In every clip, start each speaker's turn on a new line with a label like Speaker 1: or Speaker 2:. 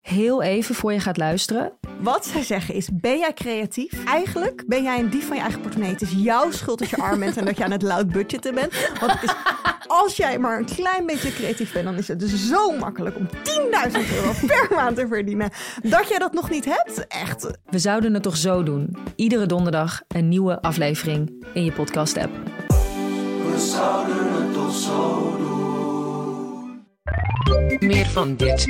Speaker 1: Heel even voor je gaat luisteren.
Speaker 2: Wat zij zeggen is, ben jij creatief? Eigenlijk ben jij een dief van je eigen portemonnee. Het is jouw schuld dat je arm bent en dat je aan het loud budgetten bent. Want het is, als jij maar een klein beetje creatief bent, dan is het dus zo makkelijk om 10.000 euro per maand te verdienen. Dat jij dat nog niet hebt, echt.
Speaker 1: We zouden het toch zo doen. Iedere donderdag een nieuwe aflevering in je podcast app.
Speaker 3: Meer van dit.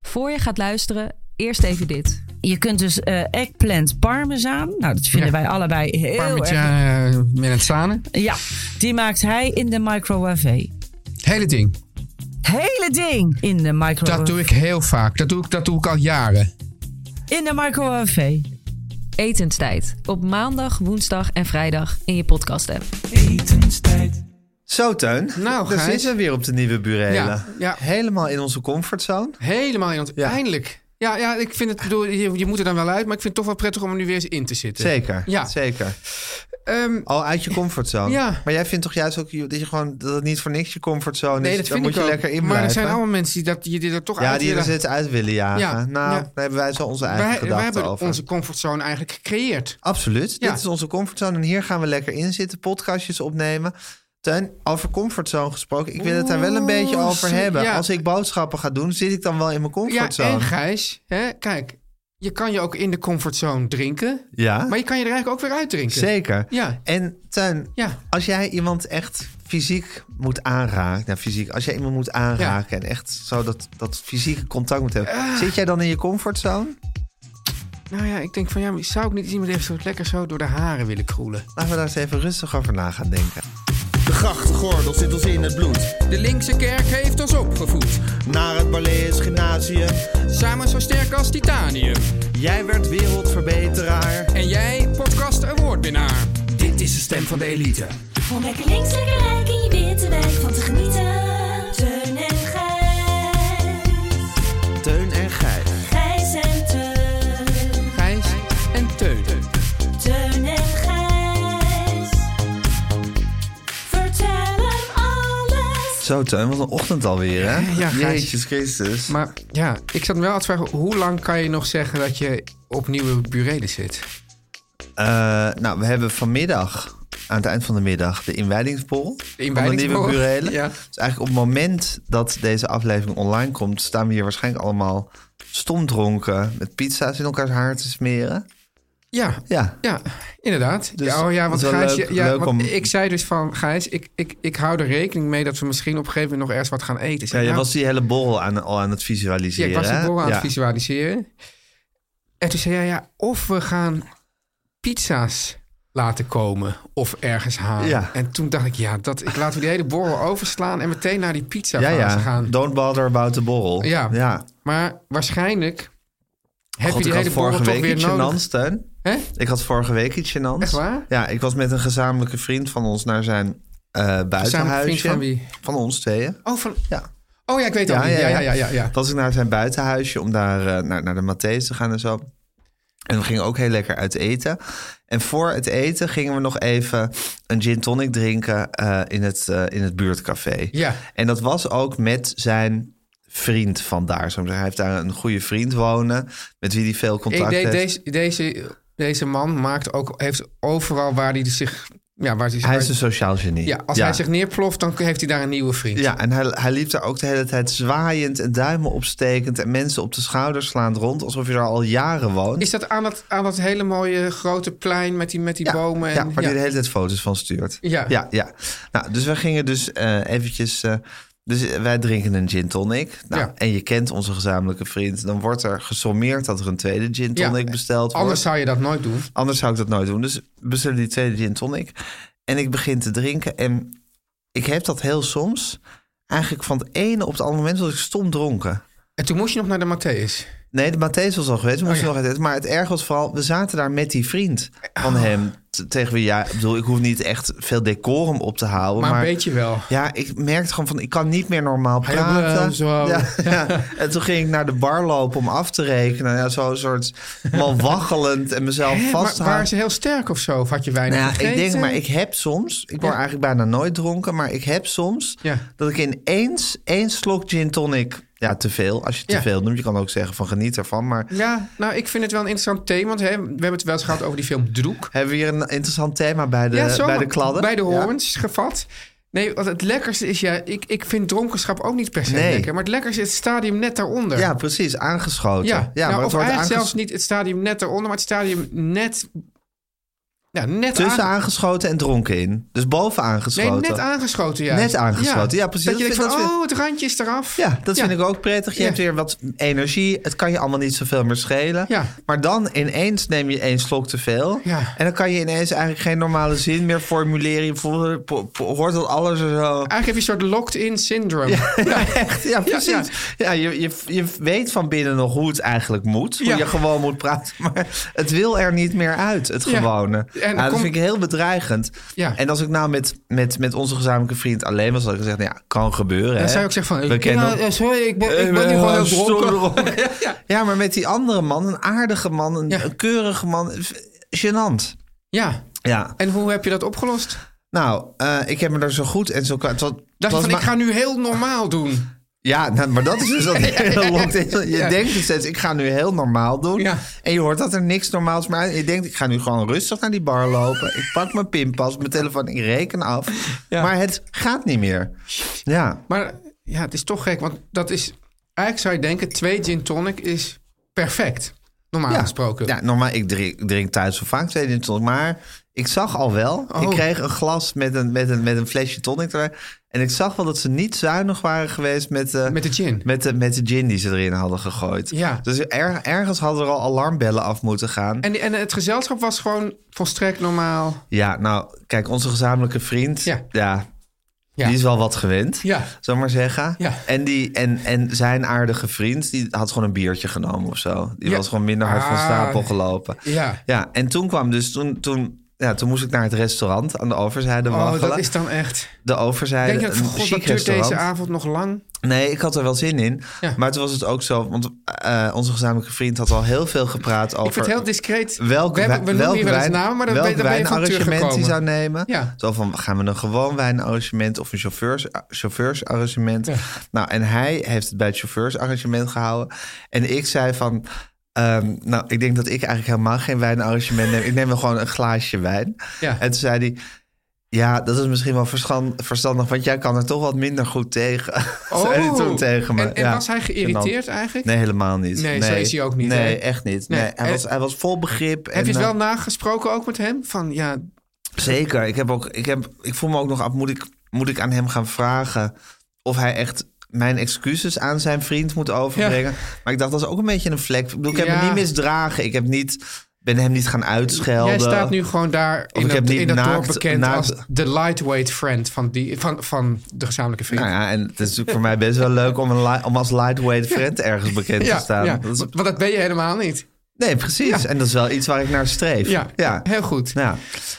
Speaker 1: Voor je gaat luisteren, eerst even dit.
Speaker 4: Je kunt dus eh eggplant parmezaan. Nou, dat vinden
Speaker 5: Ja.
Speaker 4: wij allebei heel erg.
Speaker 5: Parmigiana eh, Melanzane.
Speaker 4: Ja, die maakt hij in de microwave.
Speaker 5: Hele ding.
Speaker 4: Hele ding in de microwave.
Speaker 5: Dat doe ik heel vaak. Dat doe ik, dat doe ik al jaren.
Speaker 4: In de microwave.
Speaker 1: Etenstijd. Op maandag, woensdag en vrijdag in je podcast app.
Speaker 6: Zo, Teun.
Speaker 5: Nou,
Speaker 6: daar
Speaker 5: Gijs.
Speaker 6: zitten we weer op de nieuwe burelen.
Speaker 5: Ja, ja.
Speaker 6: Helemaal in onze comfortzone.
Speaker 5: Helemaal in ont-
Speaker 6: Ja.
Speaker 5: Eindelijk. Ja, ja, ik vind het, bedoel, je, je moet er dan wel uit, maar ik vind het toch wel prettig om er nu weer eens in te zitten.
Speaker 6: Zeker,
Speaker 5: Ja.
Speaker 6: zeker.
Speaker 5: Ehm,
Speaker 6: Al uit je comfortzone.
Speaker 5: Ja.
Speaker 6: Maar jij vindt toch juist ook dat je gewoon dat het niet voor niks je comfortzone
Speaker 5: nee,
Speaker 6: is.
Speaker 5: dat
Speaker 6: Dus Dan
Speaker 5: vind
Speaker 6: moet
Speaker 5: ik
Speaker 6: je
Speaker 5: ook.
Speaker 6: lekker in
Speaker 5: maar er
Speaker 6: blijven.
Speaker 5: zijn allemaal mensen die dat, je dit er toch
Speaker 6: ja,
Speaker 5: uit
Speaker 6: die er
Speaker 5: willen.
Speaker 6: zitten uit willen jagen.
Speaker 5: Ja,
Speaker 6: Nou,
Speaker 5: ja.
Speaker 6: daar hebben wij zo onze eigen
Speaker 5: wij,
Speaker 6: gedachten
Speaker 5: wij hebben
Speaker 6: over.
Speaker 5: onze comfortzone eigenlijk gecreëerd.
Speaker 6: Absoluut.
Speaker 5: Ja.
Speaker 6: Dit is onze comfortzone en hier gaan we lekker in zitten. Podcastjes opnemen. Teun, over comfortzone gesproken. Ik wil het daar wel een beetje
Speaker 5: Oeh,
Speaker 6: over
Speaker 5: zo-
Speaker 6: hebben.
Speaker 5: ja.
Speaker 6: Als ik boodschappen ga doen, zit ik dan wel in mijn
Speaker 5: Ja,
Speaker 6: comfortzone.
Speaker 5: en Gijs, hè, kijk, je kan je ook in de comfortzone drinken,
Speaker 6: Ja,
Speaker 5: maar je kan je er eigenlijk ook weer uitdrinken.
Speaker 6: zeker.
Speaker 5: Ja,
Speaker 6: En Teun,
Speaker 5: ja.
Speaker 6: Als jij iemand echt fysiek moet aanraken, nou fysiek, als jij iemand moet aanraken en echt zo dat, dat fysieke contact moet hebben,
Speaker 5: Ah.
Speaker 6: zit jij dan in je comfortzone?
Speaker 5: Nou ja, ik denk van ja, maar zou ik niet eens iemand even zo lekker zo door de haren willen kroelen?
Speaker 6: Laten we daar eens even rustig over na gaan denken.
Speaker 7: De grachtengordel zit ons in het bloed.
Speaker 8: De linkse kerk heeft ons opgevoed,
Speaker 7: Naar het Balees Gymnasium.
Speaker 8: samen zo sterk als titanium.
Speaker 7: Jij werd wereldverbeteraar.
Speaker 8: En jij, podcast awardwinnaar. Dit is de stem van de elite.
Speaker 9: Om lekker links, lekker rijk in je witte wijk van te genieten. Teun en Gijs.
Speaker 7: Teun en Gijs.
Speaker 9: Gijs en Teun.
Speaker 8: Gijs en Teun.
Speaker 9: Teun en Gijs. Vertel hem alles.
Speaker 6: Zo Teun, wat een ochtend alweer hè?
Speaker 5: Ja, Gijs.
Speaker 6: Jezus Christus.
Speaker 5: Maar ja, ik zat me wel aan te vragen, hoe lang kan je nog zeggen dat je op nieuwe burelen zit?
Speaker 6: Eh, nou, we hebben vanmiddag, aan het eind van de middag, de inwijdingsborrel.
Speaker 5: De inwijdingsborrel,
Speaker 6: Van de nieuwe burelen.
Speaker 5: ja.
Speaker 6: Dus eigenlijk op het moment dat deze aflevering online komt, staan we hier waarschijnlijk allemaal stomdronken met pizza's in elkaars haar te smeren.
Speaker 5: Ja,
Speaker 6: Ja,
Speaker 5: ja inderdaad.
Speaker 6: Dus
Speaker 5: ja, oh ja, want
Speaker 6: het is wel
Speaker 5: Gijs,
Speaker 6: leuk-
Speaker 5: ja,
Speaker 6: leuk
Speaker 5: want
Speaker 6: om-
Speaker 5: ik zei dus van Gijs, ik, ik, ik hou er rekening mee dat we misschien op een gegeven moment nog ergens wat gaan eten. Ik
Speaker 6: Ja,
Speaker 5: zei,
Speaker 6: je
Speaker 5: nou,
Speaker 6: was die hele borrel aan, al aan het
Speaker 5: ja,
Speaker 6: visualiseren.
Speaker 5: ik was die
Speaker 6: hè?
Speaker 5: borrel aan
Speaker 6: Ja.
Speaker 5: het visualiseren. En toen zei jij, ja, of we gaan pizza's laten komen of ergens halen.
Speaker 6: Ja.
Speaker 5: En toen dacht ik, ja, dat, ik laten we die hele borrel overslaan en meteen naar die pizza
Speaker 6: Ja, ja.
Speaker 5: gaan.
Speaker 6: Don't bother about the borrel.
Speaker 5: Ja.
Speaker 6: ja.
Speaker 5: Maar waarschijnlijk heb
Speaker 6: God,
Speaker 5: je die
Speaker 6: ik had
Speaker 5: hele borrel
Speaker 6: vorige
Speaker 5: toch
Speaker 6: week
Speaker 5: weer
Speaker 6: iets
Speaker 5: nodig.
Speaker 6: gênants, Teun.
Speaker 5: Hè?
Speaker 6: Ik had vorige week iets gênants.
Speaker 5: Echt waar?
Speaker 6: Ja, ik was met een gezamenlijke vriend van ons naar zijn eh buitenhuisje.
Speaker 5: vriend van wie?
Speaker 6: Van ons tweeën.
Speaker 5: Oh, van...
Speaker 6: Ja.
Speaker 5: oh ja, ik weet het al. Ja, ja, ja. ja, ja, ja.
Speaker 6: Was ik naar zijn buitenhuisje om daar eh, naar, naar de Matthäus te gaan en zo. En we gingen ook heel lekker uit eten. En voor het eten gingen we nog even een gin tonic drinken eh, in, het, eh, in het buurtcafé.
Speaker 5: Ja.
Speaker 6: En dat was ook met zijn vriend van daar. Zo, hij heeft daar een goede vriend wonen, met wie hij veel
Speaker 5: Ik
Speaker 6: contact
Speaker 5: deed
Speaker 6: heeft.
Speaker 5: deze, deze, deze man maakt ook, heeft overal waar hij zich... Ja, waar hij,
Speaker 6: Hij is een sociaal genie.
Speaker 5: ja, als
Speaker 6: ja.
Speaker 5: hij zich neerploft, dan heeft hij daar een nieuwe vriend.
Speaker 6: Ja, en hij, hij liep daar ook de hele tijd zwaaiend en duimen opstekend... en mensen op de schouders slaand rond, alsof je daar al jaren woont.
Speaker 5: Is dat aan dat, aan dat hele mooie grote plein met die, met die
Speaker 6: ja,
Speaker 5: bomen? En,
Speaker 6: ja, waar hij de hele tijd foto's van stuurt.
Speaker 5: Ja.
Speaker 6: ja. ja. Nou, dus we gingen dus eh, eventjes... eh, dus wij drinken een gin tonic. Nou,
Speaker 5: Ja.
Speaker 6: En je kent onze gezamenlijke vriend. Dan wordt er gesommeerd dat er een tweede gin
Speaker 5: Ja,
Speaker 6: tonic besteld wordt.
Speaker 5: Anders zou je dat nooit doen.
Speaker 6: Anders zou ik dat nooit doen. Dus we bestellen die tweede gin tonic. En ik begin te drinken. En ik heb dat heel soms. eigenlijk van het ene op het andere moment was ik stom dronken.
Speaker 5: En toen moest je nog naar de Matthäus?
Speaker 6: Nee, de Matthäus was al geweest.
Speaker 5: Oh
Speaker 6: We moesten nog uit eten. Maar het erg was vooral, we zaten daar met die vriend van
Speaker 5: Oh.
Speaker 6: hem. t- Tegen wie, ja, ik bedoel, ik hoef niet echt veel decorum op te houden.
Speaker 5: Maar
Speaker 6: Maar,
Speaker 5: een beetje wel.
Speaker 6: Ja, ik merkte gewoon van, ik kan niet meer normaal
Speaker 5: Hij wil
Speaker 6: praten.
Speaker 5: zo.
Speaker 6: Ja, ja. En toen ging ik naar de bar lopen om af te rekenen. Ja, zo'n soort mal waggelend en mezelf
Speaker 5: Hè, maar
Speaker 6: vasthouden.
Speaker 5: waren ze heel sterk of zo? Of had je weinig
Speaker 6: Nou ja, ik denk,
Speaker 5: gegeten?
Speaker 6: maar ik heb soms, ik word
Speaker 5: Ja.
Speaker 6: eigenlijk bijna nooit dronken, maar ik heb soms dat ik ineens één slok gin tonic, ja, te veel, als je te
Speaker 5: Ja.
Speaker 6: veel noemt, je kan ook zeggen van geniet ervan, maar
Speaker 5: Ja, nou, ik vind het wel een interessant thema. Want hè, we hebben het wel eens gehad over die film Droek.
Speaker 6: hebben we hier een interessant thema bij de,
Speaker 5: ja, zo,
Speaker 6: bij de kladden?
Speaker 5: Bij de
Speaker 6: Ja.
Speaker 5: horens gevat. Nee, want het lekkerste is ja, ik, ik vind dronkenschap ook niet per se
Speaker 6: Nee.
Speaker 5: lekker. Maar het lekkerste is het stadium net daaronder.
Speaker 6: Ja, precies, aangeschoten.
Speaker 5: Ja, nou,
Speaker 6: maar
Speaker 5: of
Speaker 6: het wordt
Speaker 5: eigenlijk
Speaker 6: aanges-
Speaker 5: zelfs niet het stadium net daaronder, maar het stadium net... Ja, net
Speaker 6: tussen
Speaker 5: aange-
Speaker 6: aangeschoten en dronken in. Dus boven aangeschoten.
Speaker 5: Nee, net aangeschoten, ja.
Speaker 6: Net aangeschoten, ja, precies.
Speaker 5: Dat je
Speaker 6: Dat
Speaker 5: denkt
Speaker 6: vind-
Speaker 5: van,
Speaker 6: dat
Speaker 5: oh, het randje is eraf.
Speaker 6: Ja, dat
Speaker 5: Ja.
Speaker 6: vind ik ook prettig. Je
Speaker 5: Ja.
Speaker 6: hebt weer wat energie. Het kan je allemaal niet zoveel meer schelen.
Speaker 5: Ja.
Speaker 6: Maar dan ineens neem je één slok te veel.
Speaker 5: Ja.
Speaker 6: En dan kan je ineens eigenlijk geen normale zin meer formuleren. Je voelt- po- po- hoort dat alles er zo...
Speaker 5: Eigenlijk heb je een soort locked-in syndroom.
Speaker 6: Echt, ja, precies. Ja,
Speaker 5: Ah, ja.
Speaker 6: je, je, je weet van binnen nog hoe het eigenlijk moet. Hoe
Speaker 5: Ja.
Speaker 6: je gewoon moet praten. Maar het wil er niet meer uit, het
Speaker 5: Ja.
Speaker 6: gewone.
Speaker 5: En
Speaker 6: Ja,
Speaker 5: dan
Speaker 6: dat
Speaker 5: komt-
Speaker 6: vind ik heel bedreigend.
Speaker 5: Ja.
Speaker 6: En als ik nou met, met, met onze gezamenlijke vriend alleen was... had ik gezegd, nou ja, kan gebeuren.
Speaker 5: Dan
Speaker 6: hè.
Speaker 5: zou ik zeggen van,
Speaker 6: We
Speaker 5: ik,
Speaker 6: kennen-
Speaker 5: ja, eh, sorry, ik ben, ik ben nu
Speaker 6: Eh,
Speaker 5: gewoon heel
Speaker 6: stom
Speaker 5: dronken.
Speaker 6: dronken. ja, maar met die andere man, een aardige man, een,
Speaker 5: Ja.
Speaker 6: een keurige man, v- gênant.
Speaker 5: Ja,
Speaker 6: Ja,
Speaker 5: en hoe heb je dat opgelost?
Speaker 6: nou, eh, ik heb me daar zo goed en zo... kwa- Het was, het
Speaker 5: Dacht je
Speaker 6: was
Speaker 5: van,
Speaker 6: maar-
Speaker 5: ik ga nu heel normaal doen.
Speaker 6: Ja, nou, maar dat is dus dat hele lockdown. Je
Speaker 5: Ja.
Speaker 6: denkt dus steeds, ik ga nu heel normaal doen.
Speaker 5: Ja.
Speaker 6: En je hoort dat er niks normaals meer uit. Je denkt, ik ga nu gewoon rustig naar die bar lopen. Ik pak mijn pinpas, mijn telefoon, ik reken af.
Speaker 5: Ja.
Speaker 6: Maar het gaat niet meer. Ja,
Speaker 5: Maar ja, het is toch gek, want dat is... Eigenlijk zou je denken, twee gin tonic is perfect. Normaal
Speaker 6: ja.
Speaker 5: gesproken.
Speaker 6: Ja, normaal, ik drink, drink thuis zo vaak twee gin tonic. Maar ik zag al wel, ik
Speaker 5: Oh.
Speaker 6: kreeg een glas met een, met een, met een flesje tonic erbij. En ik zag wel dat ze niet zuinig waren geweest met, eh,
Speaker 5: Met de gin.
Speaker 6: met, de, met de gin die ze erin hadden gegooid.
Speaker 5: Ja.
Speaker 6: Dus er, ergens hadden er al alarmbellen af moeten gaan.
Speaker 5: En, die- en het gezelschap was gewoon volstrekt normaal.
Speaker 6: Ja, nou, kijk, onze gezamenlijke vriend, ja,
Speaker 5: Ja.
Speaker 6: die
Speaker 5: Ja.
Speaker 6: is wel wat gewend,
Speaker 5: Ja.
Speaker 6: zal ik maar zeggen.
Speaker 5: Ja.
Speaker 6: En, die, en, en zijn aardige vriend, die had gewoon een biertje genomen of zo. Die
Speaker 5: Ja.
Speaker 6: was gewoon minder hard van
Speaker 5: Ah.
Speaker 6: stapel gelopen.
Speaker 5: Ja.
Speaker 6: Ja, en toen kwam dus, toen, toen, ja, toen moest ik naar het restaurant aan de overzijde
Speaker 5: Oh,
Speaker 6: waggelen.
Speaker 5: dat is dan echt...
Speaker 6: De overzijde,
Speaker 5: Denk je dat van,
Speaker 6: een
Speaker 5: god,
Speaker 6: chic
Speaker 5: wat duurt deze
Speaker 6: restaurant.
Speaker 5: avond nog lang?
Speaker 6: Nee, ik had er wel zin in.
Speaker 5: Ja.
Speaker 6: Maar toen was het ook zo, want eh, onze gezamenlijke vriend had al heel veel gepraat over...
Speaker 5: Ik vind het heel discreet.
Speaker 6: welke,
Speaker 5: we, hebben- we noemen
Speaker 6: welke
Speaker 5: hier wel eens
Speaker 6: wijn-
Speaker 5: namen, maar dan ben,
Speaker 6: welk
Speaker 5: dan ben je van tuur
Speaker 6: wijnarrangement hij
Speaker 5: gekomen.
Speaker 6: zou nemen.
Speaker 5: Ja.
Speaker 6: Zo van, gaan we een gewoon wijnarrangement of een chauffeurs, chauffeursarrangement?
Speaker 5: Ja.
Speaker 6: Nou, en hij heeft het bij het chauffeursarrangement gehouden. En ik zei van... ehm, nou, ik denk dat ik eigenlijk helemaal geen wijnarrangement neem. Ik neem wel gewoon een glaasje wijn.
Speaker 5: Ja.
Speaker 6: En toen zei hij... Ja, dat is misschien wel verstand- verstandig, want jij kan er toch wat minder goed tegen. zei hij toen tegen me.
Speaker 5: Oh! En, en
Speaker 6: Ja.
Speaker 5: was hij geïrriteerd
Speaker 6: Gênant.
Speaker 5: eigenlijk?
Speaker 6: Nee, helemaal niet.
Speaker 5: Nee, zo is hij ook niet, hè?
Speaker 6: Nee, echt niet. Nee.
Speaker 5: Nee.
Speaker 6: hij,
Speaker 5: En-
Speaker 6: was, hij was vol begrip. en,
Speaker 5: Heb je het
Speaker 6: eh,
Speaker 5: wel nagesproken ook met hem? Van ja,
Speaker 6: Zeker. Ik, heb ook, ik, heb, ik voel me ook nog af. Moet ik, moet ik aan hem gaan vragen of hij echt mijn excuses aan zijn vriend moet overbrengen? Maar ik dacht, dat is ook een beetje een vlek. Ik, bedoel, ik heb
Speaker 5: Ja.
Speaker 6: me niet misdragen. Ik heb niet, ben hem niet gaan
Speaker 5: jij
Speaker 6: uitschelden.
Speaker 5: staat nu gewoon daar in
Speaker 6: ik
Speaker 5: dat,
Speaker 6: heb niet
Speaker 5: in dat
Speaker 6: naakt-
Speaker 5: dorp bekend
Speaker 6: naakt-
Speaker 5: als de lightweight friend van, die, van, van de gezamenlijke vriend.
Speaker 6: Nou ja, en het is natuurlijk voor mij best wel leuk om, een li- om als lightweight friend ergens bekend te staan. dus Dat is-
Speaker 5: want want dat ben je helemaal niet.
Speaker 6: nee, precies.
Speaker 5: Ja.
Speaker 6: En dat is wel iets waar ik naar streef.
Speaker 5: Ja, heel goed.
Speaker 6: Nou,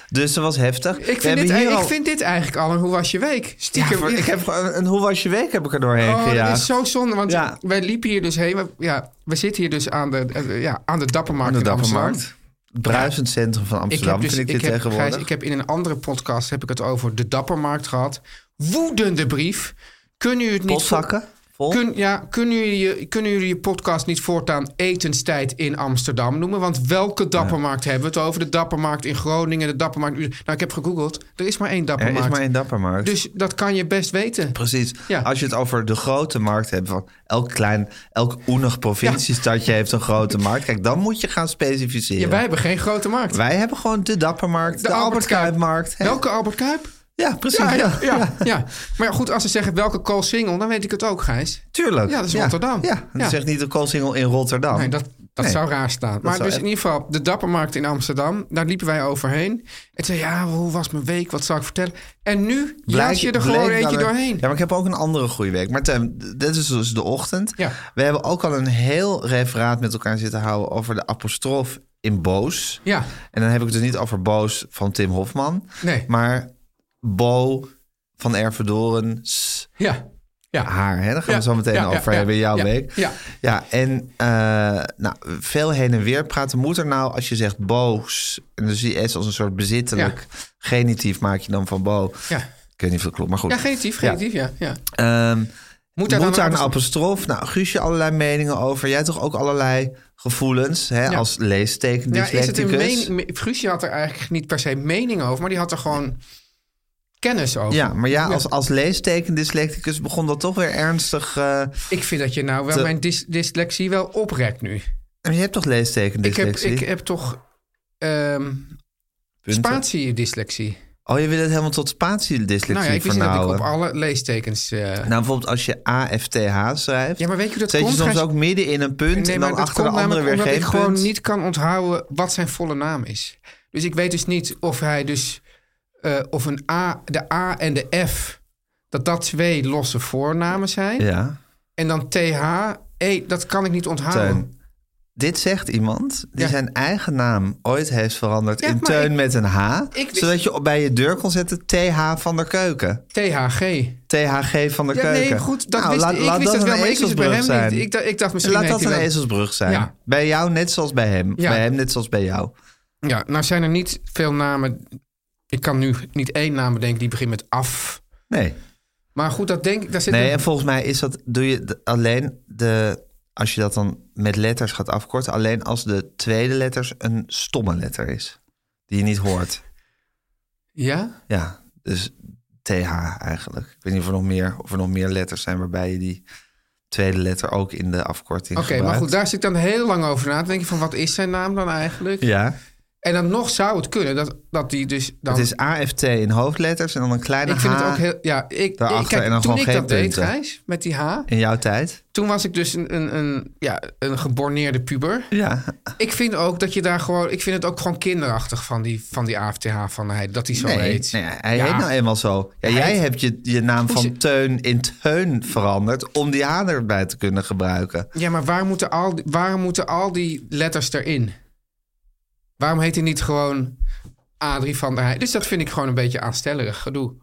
Speaker 6: dus dat was heftig. We
Speaker 5: Ik vind,
Speaker 6: hebben
Speaker 5: dit,
Speaker 6: hier
Speaker 5: ik
Speaker 6: al-
Speaker 5: vind dit eigenlijk al een hoe was je week?
Speaker 6: Ja,
Speaker 5: Stiekem.
Speaker 6: voor- ik heb gewoon een hoe was je week heb ik er doorheen
Speaker 5: Oh, dat
Speaker 6: gejaagd.
Speaker 5: is zo zonde, want
Speaker 6: Ja.
Speaker 5: wij liepen hier dus heen. We, ja, we zitten hier dus aan de, eh, ja, aan de Dappermarkt
Speaker 6: Aan de
Speaker 5: in Amsterdam.
Speaker 6: Dappermarkt. Het bruisend centrum van
Speaker 5: Ik
Speaker 6: Amsterdam
Speaker 5: heb, dus,
Speaker 6: vind ik dit
Speaker 5: heb,
Speaker 6: tegenwoordig.
Speaker 5: Gijs, ik heb in een andere podcast heb ik het over de Dappermarkt gehad. Woedende brief. Kunnen u het niet... voor-
Speaker 6: Postzakken vol.
Speaker 5: Kun, ja, kunnen jullie, je- kunnen jullie je podcast niet voortaan etenstijd in Amsterdam noemen? Want welke dappermarkt hebben we het over? De dappermarkt in Groningen, de dappermarkt... in Utrecht. Nou, ik heb gegoogeld. Er is maar één
Speaker 6: er
Speaker 5: dappermarkt.
Speaker 6: is maar één Dappermarkt.
Speaker 5: Dus dat kan je best weten.
Speaker 6: Precies.
Speaker 5: Ja.
Speaker 6: Als je het over de grote markt hebt, van elk klein, elk oenig provinciestadje heeft een grote markt. Kijk, dan moet je gaan specificeren.
Speaker 5: Ja, wij hebben geen grote markt.
Speaker 6: Wij hebben gewoon de Dappermarkt, de, Albert Kuipmarkt. hè?
Speaker 5: Welke Albert Kuip?
Speaker 6: Ja, precies.
Speaker 5: Ja, ja, ja,
Speaker 6: Ja.
Speaker 5: ja. Maar ja, goed, als ze zeggen welke Kool Single, dan weet ik het ook, Gijs.
Speaker 6: Tuurlijk.
Speaker 5: Ja, dat is Rotterdam.
Speaker 6: Ja, dat
Speaker 5: Ja.
Speaker 6: zegt niet de koolsingel in Rotterdam.
Speaker 5: Nee, dat, Dat
Speaker 6: Nee.
Speaker 5: zou raar staan.
Speaker 6: Dat
Speaker 5: maar
Speaker 6: zou
Speaker 5: dus
Speaker 6: echt-
Speaker 5: in ieder geval, de Dappermarkt in Amsterdam, daar liepen wij overheen. En zei, ja, hoe was mijn week? Wat zou ik vertellen? En nu
Speaker 6: Blijkt-
Speaker 5: blaas je er gewoon
Speaker 6: bleek
Speaker 5: eentje
Speaker 6: dat er-
Speaker 5: doorheen.
Speaker 6: Ja, maar ik heb ook een andere goede week. Maar Tim, dit is dus de ochtend.
Speaker 5: Ja.
Speaker 6: We hebben ook al een heel referaat met elkaar zitten houden over de apostrof in Boos.
Speaker 5: Ja.
Speaker 6: En dan heb ik het dus niet over Boos van Tim Hofman.
Speaker 5: Nee.
Speaker 6: Maar Bo van Ervedorens
Speaker 5: Ja. Ja.
Speaker 6: haar. Hè? Daar gaan we
Speaker 5: Ja,
Speaker 6: zo meteen
Speaker 5: ja, ja,
Speaker 6: over
Speaker 5: ja,
Speaker 6: hebben in jouw
Speaker 5: ja,
Speaker 6: week.
Speaker 5: ja.
Speaker 6: ja en eh, nou, veel heen en weer praten. Moet er nou, als je zegt boos, en dus die S als een soort bezittelijk genitief maak je dan van bo.
Speaker 5: Ja.
Speaker 6: Ik weet niet of dat klopt, maar goed.
Speaker 5: Ja, genitief, genitief, ja. ja.
Speaker 6: Ehm,
Speaker 5: Moet
Speaker 6: moet
Speaker 5: daar
Speaker 6: daar,
Speaker 5: dan een
Speaker 6: een
Speaker 5: apostrof-
Speaker 6: apostrof? Nou, Guusje, allerlei meningen over. Jij toch ook allerlei gevoelens hè,
Speaker 5: Ja.
Speaker 6: als leesteken
Speaker 5: Ja, is het een
Speaker 6: dyslecticus?
Speaker 5: mening? me- Guusje had er eigenlijk niet per se mening over, maar die had er gewoon kennis over.
Speaker 6: Ja, maar ja, als, als leesteken dyslecticus begon dat toch weer ernstig... eh,
Speaker 5: Ik vind dat je nou wel
Speaker 6: Te-
Speaker 5: mijn dys- dyslexie wel oprekt nu.
Speaker 6: en je hebt toch leesteken
Speaker 5: Ik heb,
Speaker 6: dyslexie?
Speaker 5: ik heb toch ehm
Speaker 6: Punten.
Speaker 5: spatie-dyslexie.
Speaker 6: Oh, je wil het helemaal tot spatiedyslexie
Speaker 5: Nou ja, ik wist niet dat ik
Speaker 6: vernauwen.
Speaker 5: op alle leestekens... eh,
Speaker 6: Nou, bijvoorbeeld als je AFTH schrijft...
Speaker 5: Ja, maar weet je hoe dat
Speaker 6: zet je
Speaker 5: komt?
Speaker 6: soms
Speaker 5: Gijs?
Speaker 6: ook midden in een punt en dan
Speaker 5: dat
Speaker 6: achter de
Speaker 5: komt
Speaker 6: andere weer
Speaker 5: namelijk omdat
Speaker 6: geen
Speaker 5: ik
Speaker 6: punt.
Speaker 5: gewoon niet kan onthouden wat zijn volle naam is. Dus ik weet dus niet of hij dus... eh, of een A, de A en de F... dat dat twee losse voornamen zijn.
Speaker 6: Ja,
Speaker 5: En dan TH... E, dat kan ik niet onthouden.
Speaker 6: Teun. Dit zegt iemand die
Speaker 5: Ja.
Speaker 6: zijn eigen naam ooit heeft veranderd
Speaker 5: Ja,
Speaker 6: in
Speaker 5: maar
Speaker 6: Teun
Speaker 5: ik-
Speaker 6: met een H.
Speaker 5: ik wist-
Speaker 6: Zodat je op- bij je deur kon zetten TH van der Keuken.
Speaker 5: THG.
Speaker 6: THG van der
Speaker 5: Ja,
Speaker 6: Keuken.
Speaker 5: nee, goed. Dat
Speaker 6: Nou,
Speaker 5: wist,
Speaker 6: laat-
Speaker 5: ik
Speaker 6: laat
Speaker 5: wist dat
Speaker 6: een
Speaker 5: wel, maar ik wist het bij
Speaker 6: ezelsbrug
Speaker 5: hem
Speaker 6: zijn.
Speaker 5: niet. Ik, dacht- ik dacht misschien...
Speaker 6: laat
Speaker 5: heet
Speaker 6: dat
Speaker 5: hij
Speaker 6: een
Speaker 5: wel-
Speaker 6: ezelsbrug zijn.
Speaker 5: Ja.
Speaker 6: Bij jou net zoals bij hem.
Speaker 5: Ja.
Speaker 6: Bij hem net zoals bij jou.
Speaker 5: Ja, nou zijn er niet veel namen. Ik kan nu niet één naam bedenken die begint met af.
Speaker 6: Nee.
Speaker 5: Maar goed, dat denk ik. Daar zit
Speaker 6: Nee,
Speaker 5: een-
Speaker 6: en volgens mij is dat, doe je d- alleen de, als je dat dan met letters gaat afkorten, alleen als de tweede letters een stomme letter is, die je niet hoort.
Speaker 5: Ja?
Speaker 6: Ja, dus TH eigenlijk. Ik weet niet of er nog meer, of er nog meer letters zijn waarbij je die tweede letter ook in de afkorting
Speaker 5: Oké, maar goed, daar zit ik dan heel lang over na. Dan denk je van, wat is zijn naam dan eigenlijk?
Speaker 6: Ja,
Speaker 5: En dan nog zou het kunnen dat, dat die dus dan...
Speaker 6: het is AFT in hoofdletters en dan een kleine
Speaker 5: ik vind
Speaker 6: H
Speaker 5: het ook heel... Ja, ik,
Speaker 6: daarachter
Speaker 5: ik kijk,
Speaker 6: en dan
Speaker 5: toen
Speaker 6: gewoon
Speaker 5: ik
Speaker 6: geen
Speaker 5: dat deed,
Speaker 6: punten.
Speaker 5: Gijs, met die H...
Speaker 6: in jouw tijd.
Speaker 5: Toen was ik dus een, een, een, ja, een geborneerde puber.
Speaker 6: Ja,
Speaker 5: Ik vind ook dat je daar gewoon... Ik vind het ook gewoon kinderachtig van die, van die AFTH van hij, dat hij zo
Speaker 6: nee,
Speaker 5: heet.
Speaker 6: nee, hij
Speaker 5: Ja.
Speaker 6: heet nou eenmaal zo. Ja,
Speaker 5: Hij
Speaker 6: jij
Speaker 5: heet-
Speaker 6: hebt je, je naam
Speaker 5: Hoe
Speaker 6: van
Speaker 5: ze-
Speaker 6: Teun in Teun veranderd om die H erbij te kunnen gebruiken.
Speaker 5: Ja, maar waar moeten al, die- waarom moeten al die letters erin? Waarom heet hij niet gewoon Adrie van der Heij? Dus dat vind ik gewoon een beetje aanstellerig gedoe.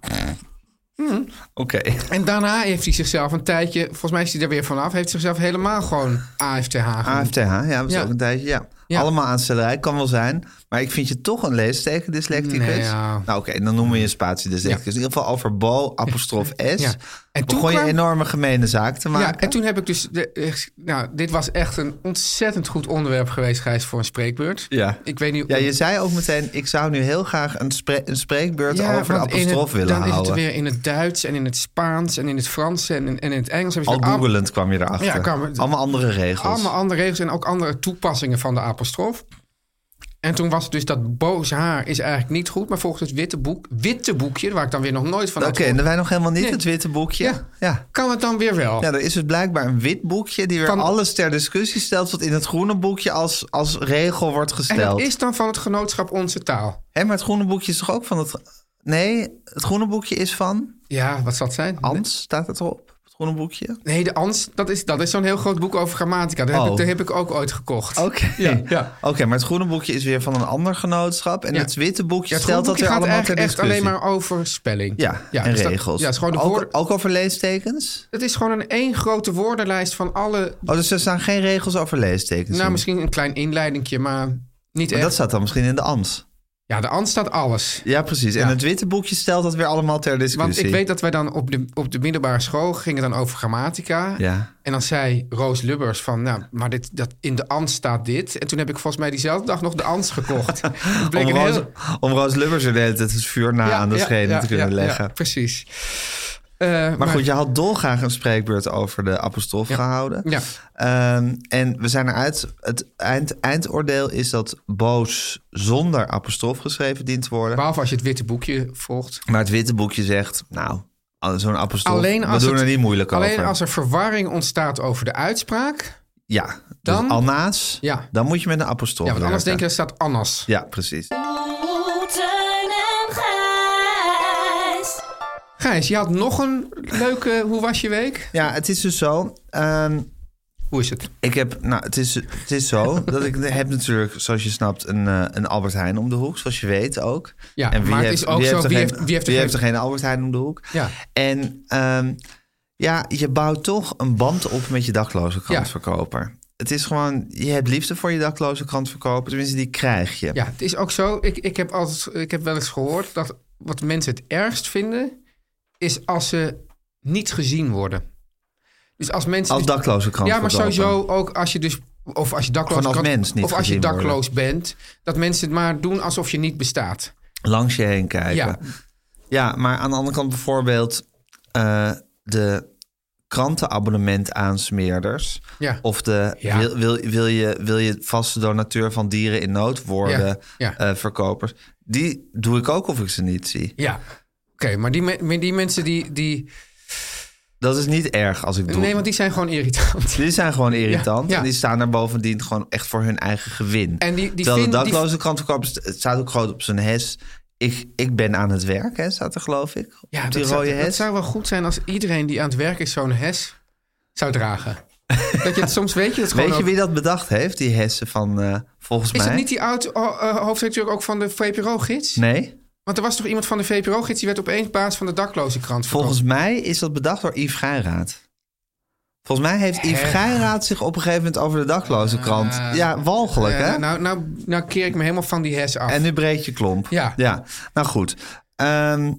Speaker 6: Oké.
Speaker 5: En daarna heeft hij zichzelf een tijdje... Volgens mij is hij er weer vanaf. Heeft zichzelf helemaal gewoon AFTH genoemd.
Speaker 6: AFTH, ja, dat is
Speaker 5: Ja.
Speaker 6: ook een tijdje. Ja.
Speaker 5: Ja.
Speaker 6: Allemaal aanstellerij, kan wel zijn. Maar ik vind je toch een leesteken dyslecticus.
Speaker 5: Nee, ja.
Speaker 6: Nou oké, dan noemen we je spatie dyslecticus. In ieder geval over bal, apostrof S.
Speaker 5: Ja. En toen
Speaker 6: begon je
Speaker 5: kwam-
Speaker 6: een enorme gemene zaak te maken.
Speaker 5: Ja, en toen heb ik dus... De, eh, nou, dit was echt een ontzettend goed onderwerp geweest, Gijs, voor een spreekbeurt.
Speaker 6: Ja.
Speaker 5: Ik weet niet...
Speaker 6: Ja, je zei ook meteen, ik zou nu heel graag een, spre- een spreekbeurt
Speaker 5: Ja,
Speaker 6: over de
Speaker 5: want in het-
Speaker 6: apostrof willen
Speaker 5: dan
Speaker 6: houden.
Speaker 5: is het weer in het Duits en in het Spaans en in het Frans en in, en in het Engels. Hebben ze
Speaker 6: Al
Speaker 5: weer ab-
Speaker 6: googelend kwam je erachter.
Speaker 5: Ja, kwam het-
Speaker 6: Allemaal andere regels.
Speaker 5: Allemaal andere regels en ook andere toepassingen van de apostrof. En toen was het dus dat boos haar is eigenlijk niet goed. Maar volgens het witte, boek, witte boekje, waar ik dan weer nog nooit van
Speaker 6: Oké, nou-
Speaker 5: had
Speaker 6: en
Speaker 5: gehoord,
Speaker 6: dan wij nog helemaal niet
Speaker 5: Nee.
Speaker 6: het witte boekje.
Speaker 5: Ja.
Speaker 6: Ja. ja.
Speaker 5: kan het dan weer wel.
Speaker 6: er is dus blijkbaar een wit boekje die weer
Speaker 5: Van-
Speaker 6: alles ter discussie stelt... wat in het groene boekje als, als regel wordt
Speaker 5: en dat
Speaker 6: gesteld.
Speaker 5: is dan van het genootschap Onze Taal.
Speaker 6: Hé, maar het groene boekje is toch ook van het... Nee, het groene boekje is van...
Speaker 5: Ja, wat zal het zijn?
Speaker 6: Ans staat het erop, het groene boekje.
Speaker 5: Nee, de Ans, dat is, dat is zo'n heel groot boek over grammatica. Dat, heb,
Speaker 6: Oh.
Speaker 5: ik, dat heb ik ook ooit gekocht.
Speaker 6: Oké,
Speaker 5: Ja, ja.
Speaker 6: Oké, maar het groene boekje is weer van een ander genootschap. En
Speaker 5: Ja.
Speaker 6: het witte boekje
Speaker 5: Ja, het
Speaker 6: stelt dat
Speaker 5: groenboekje
Speaker 6: weer
Speaker 5: gaat
Speaker 6: allemaal ter
Speaker 5: eigenlijk echt
Speaker 6: discussie.
Speaker 5: alleen maar over spelling.
Speaker 6: Ja, en
Speaker 5: dus dat-
Speaker 6: regels.
Speaker 5: ja, het is gewoon de
Speaker 6: ook,
Speaker 5: woorden-
Speaker 6: ook over leestekens?
Speaker 5: Het is gewoon een één grote woordenlijst van alle...
Speaker 6: Oh, dus er staan geen regels over leestekens
Speaker 5: Nou,
Speaker 6: in?
Speaker 5: misschien een klein inleidingje, maar niet
Speaker 6: Maar
Speaker 5: echt.
Speaker 6: dat staat dan misschien in de ANS.
Speaker 5: Ja, de Ans staat alles.
Speaker 6: Ja, precies. En
Speaker 5: Ja.
Speaker 6: het witte boekje stelt dat weer allemaal ter discussie.
Speaker 5: Want ik weet dat wij dan op de, op de middelbare school gingen dan over grammatica.
Speaker 6: Ja.
Speaker 5: En dan zei Roos Lubbers van, nou, maar dit, dat, in de ans staat dit. En toen heb ik volgens mij diezelfde dag nog de ans gekocht. Het bleek
Speaker 6: Om
Speaker 5: een
Speaker 6: Roos,
Speaker 5: heel-
Speaker 6: om Roos Lubbers er de hele tijd het vuur na
Speaker 5: Ja,
Speaker 6: aan de
Speaker 5: ja,
Speaker 6: schenen
Speaker 5: ja,
Speaker 6: te kunnen
Speaker 5: ja,
Speaker 6: leggen.
Speaker 5: ja, precies. Eh,
Speaker 6: Maar goed, je had dolgraag een spreekbeurt over de apostrof
Speaker 5: Ja.
Speaker 6: gehouden.
Speaker 5: Ja.
Speaker 6: Ehm, en we zijn eruit. Het eind, eindoordeel is dat boos zonder apostrof geschreven dient te worden.
Speaker 5: Behalve als je het witte boekje volgt.
Speaker 6: Maar het witte boekje zegt, nou, al- zo'n apostrof,
Speaker 5: Alleen als
Speaker 6: we doen
Speaker 5: het-
Speaker 6: er niet moeilijk
Speaker 5: Alleen
Speaker 6: over.
Speaker 5: als er verwarring ontstaat over de uitspraak,
Speaker 6: Ja,
Speaker 5: Dan-
Speaker 6: Dan, Anna's,
Speaker 5: Ja.
Speaker 6: dan moet je met een apostrof
Speaker 5: Ja, want anders denk
Speaker 6: werken.
Speaker 5: je dat staat Annas.
Speaker 6: Ja, precies.
Speaker 9: Oeh, Teun en Gijs.
Speaker 5: Gijs, je had nog een leuke... Hoe was je week?
Speaker 6: Ja, het is dus zo. ehm,
Speaker 5: Hoe is het?
Speaker 6: Ik heb, nou, het is, het is zo dat ik heb natuurlijk, zoals je snapt, een, eh, een Albert Heijn om de hoek, zoals je weet ook.
Speaker 5: Ja, maar het is ook zo,
Speaker 6: er
Speaker 5: wie
Speaker 6: geen-
Speaker 5: heeft- wie heeft er
Speaker 6: er geen Albert Heijn om de hoek?
Speaker 5: Ja.
Speaker 6: En ehm, ja, je bouwt toch een band op met je dakloze krantverkoper. Het is gewoon, je hebt liefde voor je dakloze krantverkoper, tenminste die krijg je.
Speaker 5: Ja, het is ook zo. Ik, ik, heb altijd, ik heb wel eens gehoord dat wat mensen het ergst vinden... is als ze niet gezien worden. Dus als mensen...
Speaker 6: Als
Speaker 5: dus-
Speaker 6: dakloze
Speaker 5: Ja, maar
Speaker 6: krantverkoper.
Speaker 5: sowieso ook als je dus... Of als je dakloos,
Speaker 6: Gewoon als
Speaker 5: kan-
Speaker 6: mens niet
Speaker 5: of als je
Speaker 6: gezien
Speaker 5: dakloos bent. Dat mensen het maar doen alsof je niet bestaat.
Speaker 6: Langs je heen kijken.
Speaker 5: Ja.
Speaker 6: Ja, maar aan de andere kant bijvoorbeeld eh, de krantenabonnement aansmeerders.
Speaker 5: Ja.
Speaker 6: Of de
Speaker 5: Ja.
Speaker 6: wil, wil, wil, je, wil je vaste donateur van dieren in nood worden
Speaker 5: Ja, ja.
Speaker 6: eh, verkopers. Die doe ik ook of ik ze niet zie.
Speaker 5: Ja. Oké, maar die, me- maar die mensen die... die
Speaker 6: Dat is niet erg als ik doe.
Speaker 5: nee, want die zijn gewoon irritant.
Speaker 6: Die zijn gewoon irritant.
Speaker 5: Ja, ja.
Speaker 6: En die staan er bovendien gewoon echt voor hun eigen gewin.
Speaker 5: En die- die
Speaker 6: Terwijl de
Speaker 5: vind- die-
Speaker 6: dakloze krantverkopers, het staat ook groot op zijn hes. Ik, ik ben aan het werk, hè, staat er geloof ik.
Speaker 5: Ja,
Speaker 6: op
Speaker 5: dat,
Speaker 6: die
Speaker 5: zou,
Speaker 6: rode
Speaker 5: dat
Speaker 6: hes.
Speaker 5: zou wel goed zijn als iedereen die aan het werk is zo'n hes zou dragen. dat je het soms weet je dat gewoon
Speaker 6: Weet je
Speaker 5: ook-
Speaker 6: wie dat bedacht heeft, die hessen van eh, volgens
Speaker 5: Is
Speaker 6: mij?
Speaker 5: het niet die oud o- eh, hoofdredacteur ook van de VPRO-gids?
Speaker 6: Nee,
Speaker 5: Want er was toch iemand van de VPRO-gids die werd opeens baas van de dakloze krant.
Speaker 6: volgens mij is dat bedacht door Yves Geiraat. Volgens mij heeft Yves Geiraat zich op een gegeven moment over de dakloze krant... ja, walgelijk, hè?
Speaker 5: Ah. nou, nou, nou keer ik me helemaal van die hes af.
Speaker 6: En nu breed je klomp.
Speaker 5: Ja.
Speaker 6: ja. Nou goed. Ehm,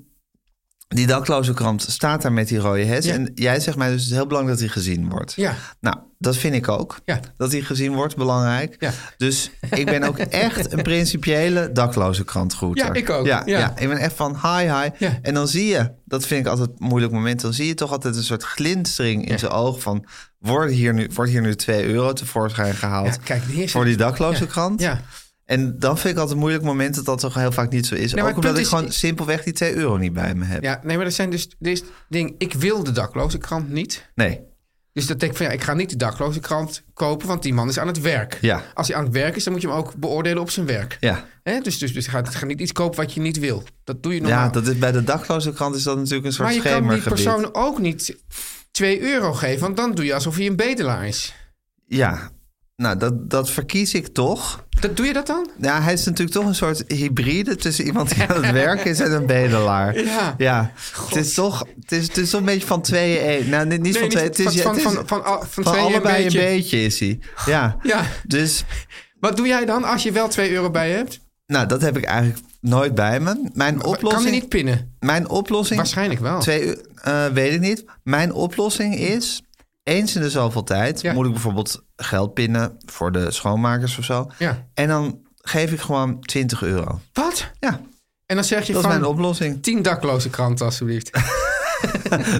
Speaker 6: die dakloze krant staat daar met die rode hes.
Speaker 5: Ja.
Speaker 6: En jij zegt mij dus het is heel belangrijk dat hij gezien wordt.
Speaker 5: Ja.
Speaker 6: Nou, dat vind ik ook.
Speaker 5: Ja.
Speaker 6: Dat hij gezien wordt, belangrijk.
Speaker 5: Ja.
Speaker 6: Dus ik ben ook echt een principiële dakloze krantgroeter.
Speaker 5: Ja, ik ook.
Speaker 6: Ja,
Speaker 5: Ja.
Speaker 6: Ik ben echt van hi, hi.
Speaker 5: Ja.
Speaker 6: En dan zie je, dat vind ik altijd een moeilijk moment... dan zie je toch altijd een soort glinstering in zijn oog van... wordt hier nu, wordt hier nu 2 euro tevoorschijn gehaald
Speaker 5: Ja, kijk, hier is
Speaker 6: voor
Speaker 5: het.
Speaker 6: die dakloze
Speaker 5: Ja.
Speaker 6: krant?
Speaker 5: Ja.
Speaker 6: En dan vind ik altijd een moeilijk moment dat dat toch heel vaak niet zo is.
Speaker 5: maar
Speaker 6: Ook
Speaker 5: het
Speaker 6: omdat ik
Speaker 5: punt is-
Speaker 6: gewoon simpelweg die 2 euro niet bij me heb.
Speaker 5: Ja, nee, maar dat zijn dus... Dit is het ding, ik wil de dakloze krant niet.
Speaker 6: Nee.
Speaker 5: Dus dat denk ik van ja, ik ga niet de dakloze krant kopen, want die man is aan het werk.
Speaker 6: Ja.
Speaker 5: Als hij aan het werk is, dan moet je hem ook beoordelen op zijn werk.
Speaker 6: Ja.
Speaker 5: Hè? Dus, dus, dus ga, ga niet iets kopen wat je niet wil. Dat doe je normaal.
Speaker 6: Ja, dat is, bij de dakloze krant is dat natuurlijk een soort
Speaker 5: maar je kan die
Speaker 6: schemergebied.
Speaker 5: persoon ook niet 2 euro geven, want dan doe je alsof hij een bedelaar is.
Speaker 6: Ja, nou dat, dat verkies ik toch.
Speaker 5: Dat, doe je dat dan?
Speaker 6: Ja, hij is natuurlijk toch een soort hybride tussen iemand die aan het werk is en een bedelaar.
Speaker 5: Ja.
Speaker 6: ja. Het is toch het is, het is toch een beetje van tweeën één. Nou, niet, niet van
Speaker 5: Nee,
Speaker 6: tweeën.
Speaker 5: niet-
Speaker 6: Het is,
Speaker 5: van-
Speaker 6: het is-
Speaker 5: van- van- van al- van
Speaker 6: van
Speaker 5: tweeën een
Speaker 6: allebei
Speaker 5: beetje.
Speaker 6: is hij. Ja.
Speaker 5: Ja.
Speaker 6: Dus
Speaker 5: Wat doe jij dan als je wel 2 euro bij je hebt?
Speaker 6: nou, dat heb ik eigenlijk nooit bij me. Mijn
Speaker 5: Kan hij
Speaker 6: oplossing,
Speaker 5: niet pinnen?
Speaker 6: mijn oplossing
Speaker 5: Waarschijnlijk wel.
Speaker 6: Twee uur, eh, weet ik niet. Mijn oplossing is, eens in de zoveel tijd...
Speaker 5: Ja.
Speaker 6: moet ik bijvoorbeeld geld pinnen voor de schoonmakers of zo.
Speaker 5: Ja.
Speaker 6: En dan geef ik gewoon 20 euro.
Speaker 5: Wat?
Speaker 6: Ja,
Speaker 5: En dan zeg je
Speaker 6: dat is mijn
Speaker 5: van
Speaker 6: oplossing.
Speaker 5: 10 dakloze kranten alsjeblieft.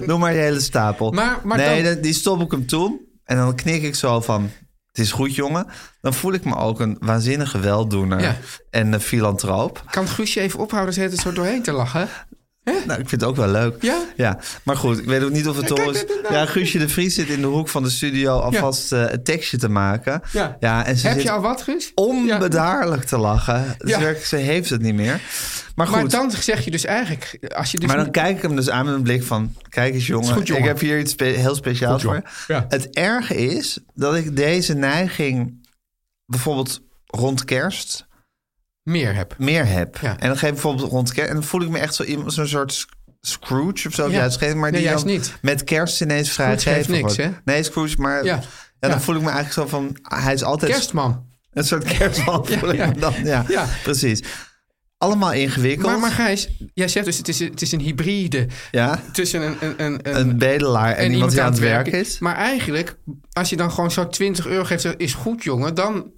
Speaker 6: Noem maar je hele stapel.
Speaker 5: Maar- maar
Speaker 6: nee,
Speaker 5: dan-
Speaker 6: dat- die stop ik hem toe. En dan knik ik zo van, het is goed jongen. Dan voel ik me ook een waanzinnige weldoener
Speaker 5: Ja.
Speaker 6: en een filantroop.
Speaker 5: Kan Guusje even ophouden ze het zo doorheen te lachen?
Speaker 6: Nou, ik vind het ook wel leuk.
Speaker 5: Ja?
Speaker 6: Ja, maar goed, ik weet ook niet of het toch is.
Speaker 5: dit is nou-
Speaker 6: Ja, Guusje de Vries zit in de hoek van de studio alvast eh, het tekstje te maken.
Speaker 5: Ja.
Speaker 6: en ze
Speaker 5: Heb
Speaker 6: zit
Speaker 5: je al wat, Guus?
Speaker 6: onbedaarlijk te lachen. Dus
Speaker 5: Ja.
Speaker 6: werkelijk, ze heeft het niet meer. Maar goed,
Speaker 5: Maar dan zeg je dus eigenlijk... Als je dus
Speaker 6: maar dan
Speaker 5: niet-
Speaker 6: kijk ik hem dus aan met een blik van... Kijk eens jongen,
Speaker 5: Is goed, jongen.
Speaker 6: ik heb hier iets spe- heel speciaals
Speaker 5: Goed,
Speaker 6: voor
Speaker 5: jongen.
Speaker 6: je.
Speaker 5: Ja.
Speaker 6: Het erge is dat ik deze neiging bijvoorbeeld rond kerst
Speaker 5: meer heb.
Speaker 6: meer heb.
Speaker 5: Ja.
Speaker 6: En dan geef ik bijvoorbeeld rond kerst. En dan voel ik me echt zo iemand, zo'n soort sc- Scrooge of zo.
Speaker 5: Ja.
Speaker 6: Juist geen, maar
Speaker 5: Nee,
Speaker 6: die
Speaker 5: juist
Speaker 6: dan
Speaker 5: niet.
Speaker 6: met kerst ineens
Speaker 5: Scrooge
Speaker 6: vrijgeven.
Speaker 5: geeft niks,
Speaker 6: wordt.
Speaker 5: hè?
Speaker 6: Nee, Scrooge, maar ja.
Speaker 5: Ja.
Speaker 6: dan
Speaker 5: Ja.
Speaker 6: voel ik me eigenlijk zo van... Hij is altijd
Speaker 5: Kerstman.
Speaker 6: een soort kerstman.
Speaker 5: Ja,
Speaker 6: voel ik
Speaker 5: ja.
Speaker 6: me dan. Ja,
Speaker 5: Ja.
Speaker 6: precies. Allemaal ingewikkeld.
Speaker 5: Maar, maar Gijs, jij zegt dus het is, het is een hybride
Speaker 6: ja,
Speaker 5: tussen een, een, een, een,
Speaker 6: een bedelaar en,
Speaker 5: en
Speaker 6: iemand die aan het werk is.
Speaker 5: Maar eigenlijk, als je dan gewoon zo 20 euro geeft, dat is goed jongen, dan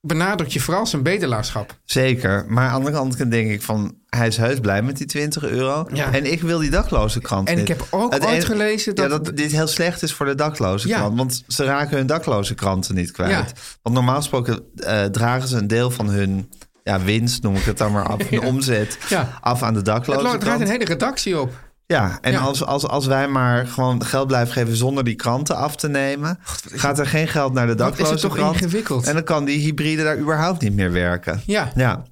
Speaker 5: benadrukt je vooral zijn bedelaarschap.
Speaker 6: Zeker. Maar aan de andere kant kan denk ik van... Hij is heus blij met die 20 euro.
Speaker 5: Ja.
Speaker 6: En ik wil die dakloze krant
Speaker 5: En
Speaker 6: niet.
Speaker 5: ik heb ook ooit
Speaker 6: enige-
Speaker 5: gelezen
Speaker 6: ja,
Speaker 5: dat-
Speaker 6: dat dit heel slecht is voor de dakloze
Speaker 5: Ja.
Speaker 6: krant. Want ze raken hun dakloze kranten niet kwijt.
Speaker 5: Ja.
Speaker 6: Want normaal gesproken eh, dragen ze een deel van hun ja, winst, noem ik het dan maar af. De omzet
Speaker 5: Ja.
Speaker 6: af aan de
Speaker 5: Het
Speaker 6: dakloze
Speaker 5: lo- het draait
Speaker 6: krant.
Speaker 5: een hele redactie op.
Speaker 6: Ja, en Als, als, als wij maar gewoon geld blijven geven zonder die kranten af te nemen, gaat er geen geld naar de
Speaker 5: Wat is het
Speaker 6: daklozen.
Speaker 5: toch ingewikkeld?
Speaker 6: En dan kan die hybride daar überhaupt niet meer werken.
Speaker 5: Ja.
Speaker 6: ja.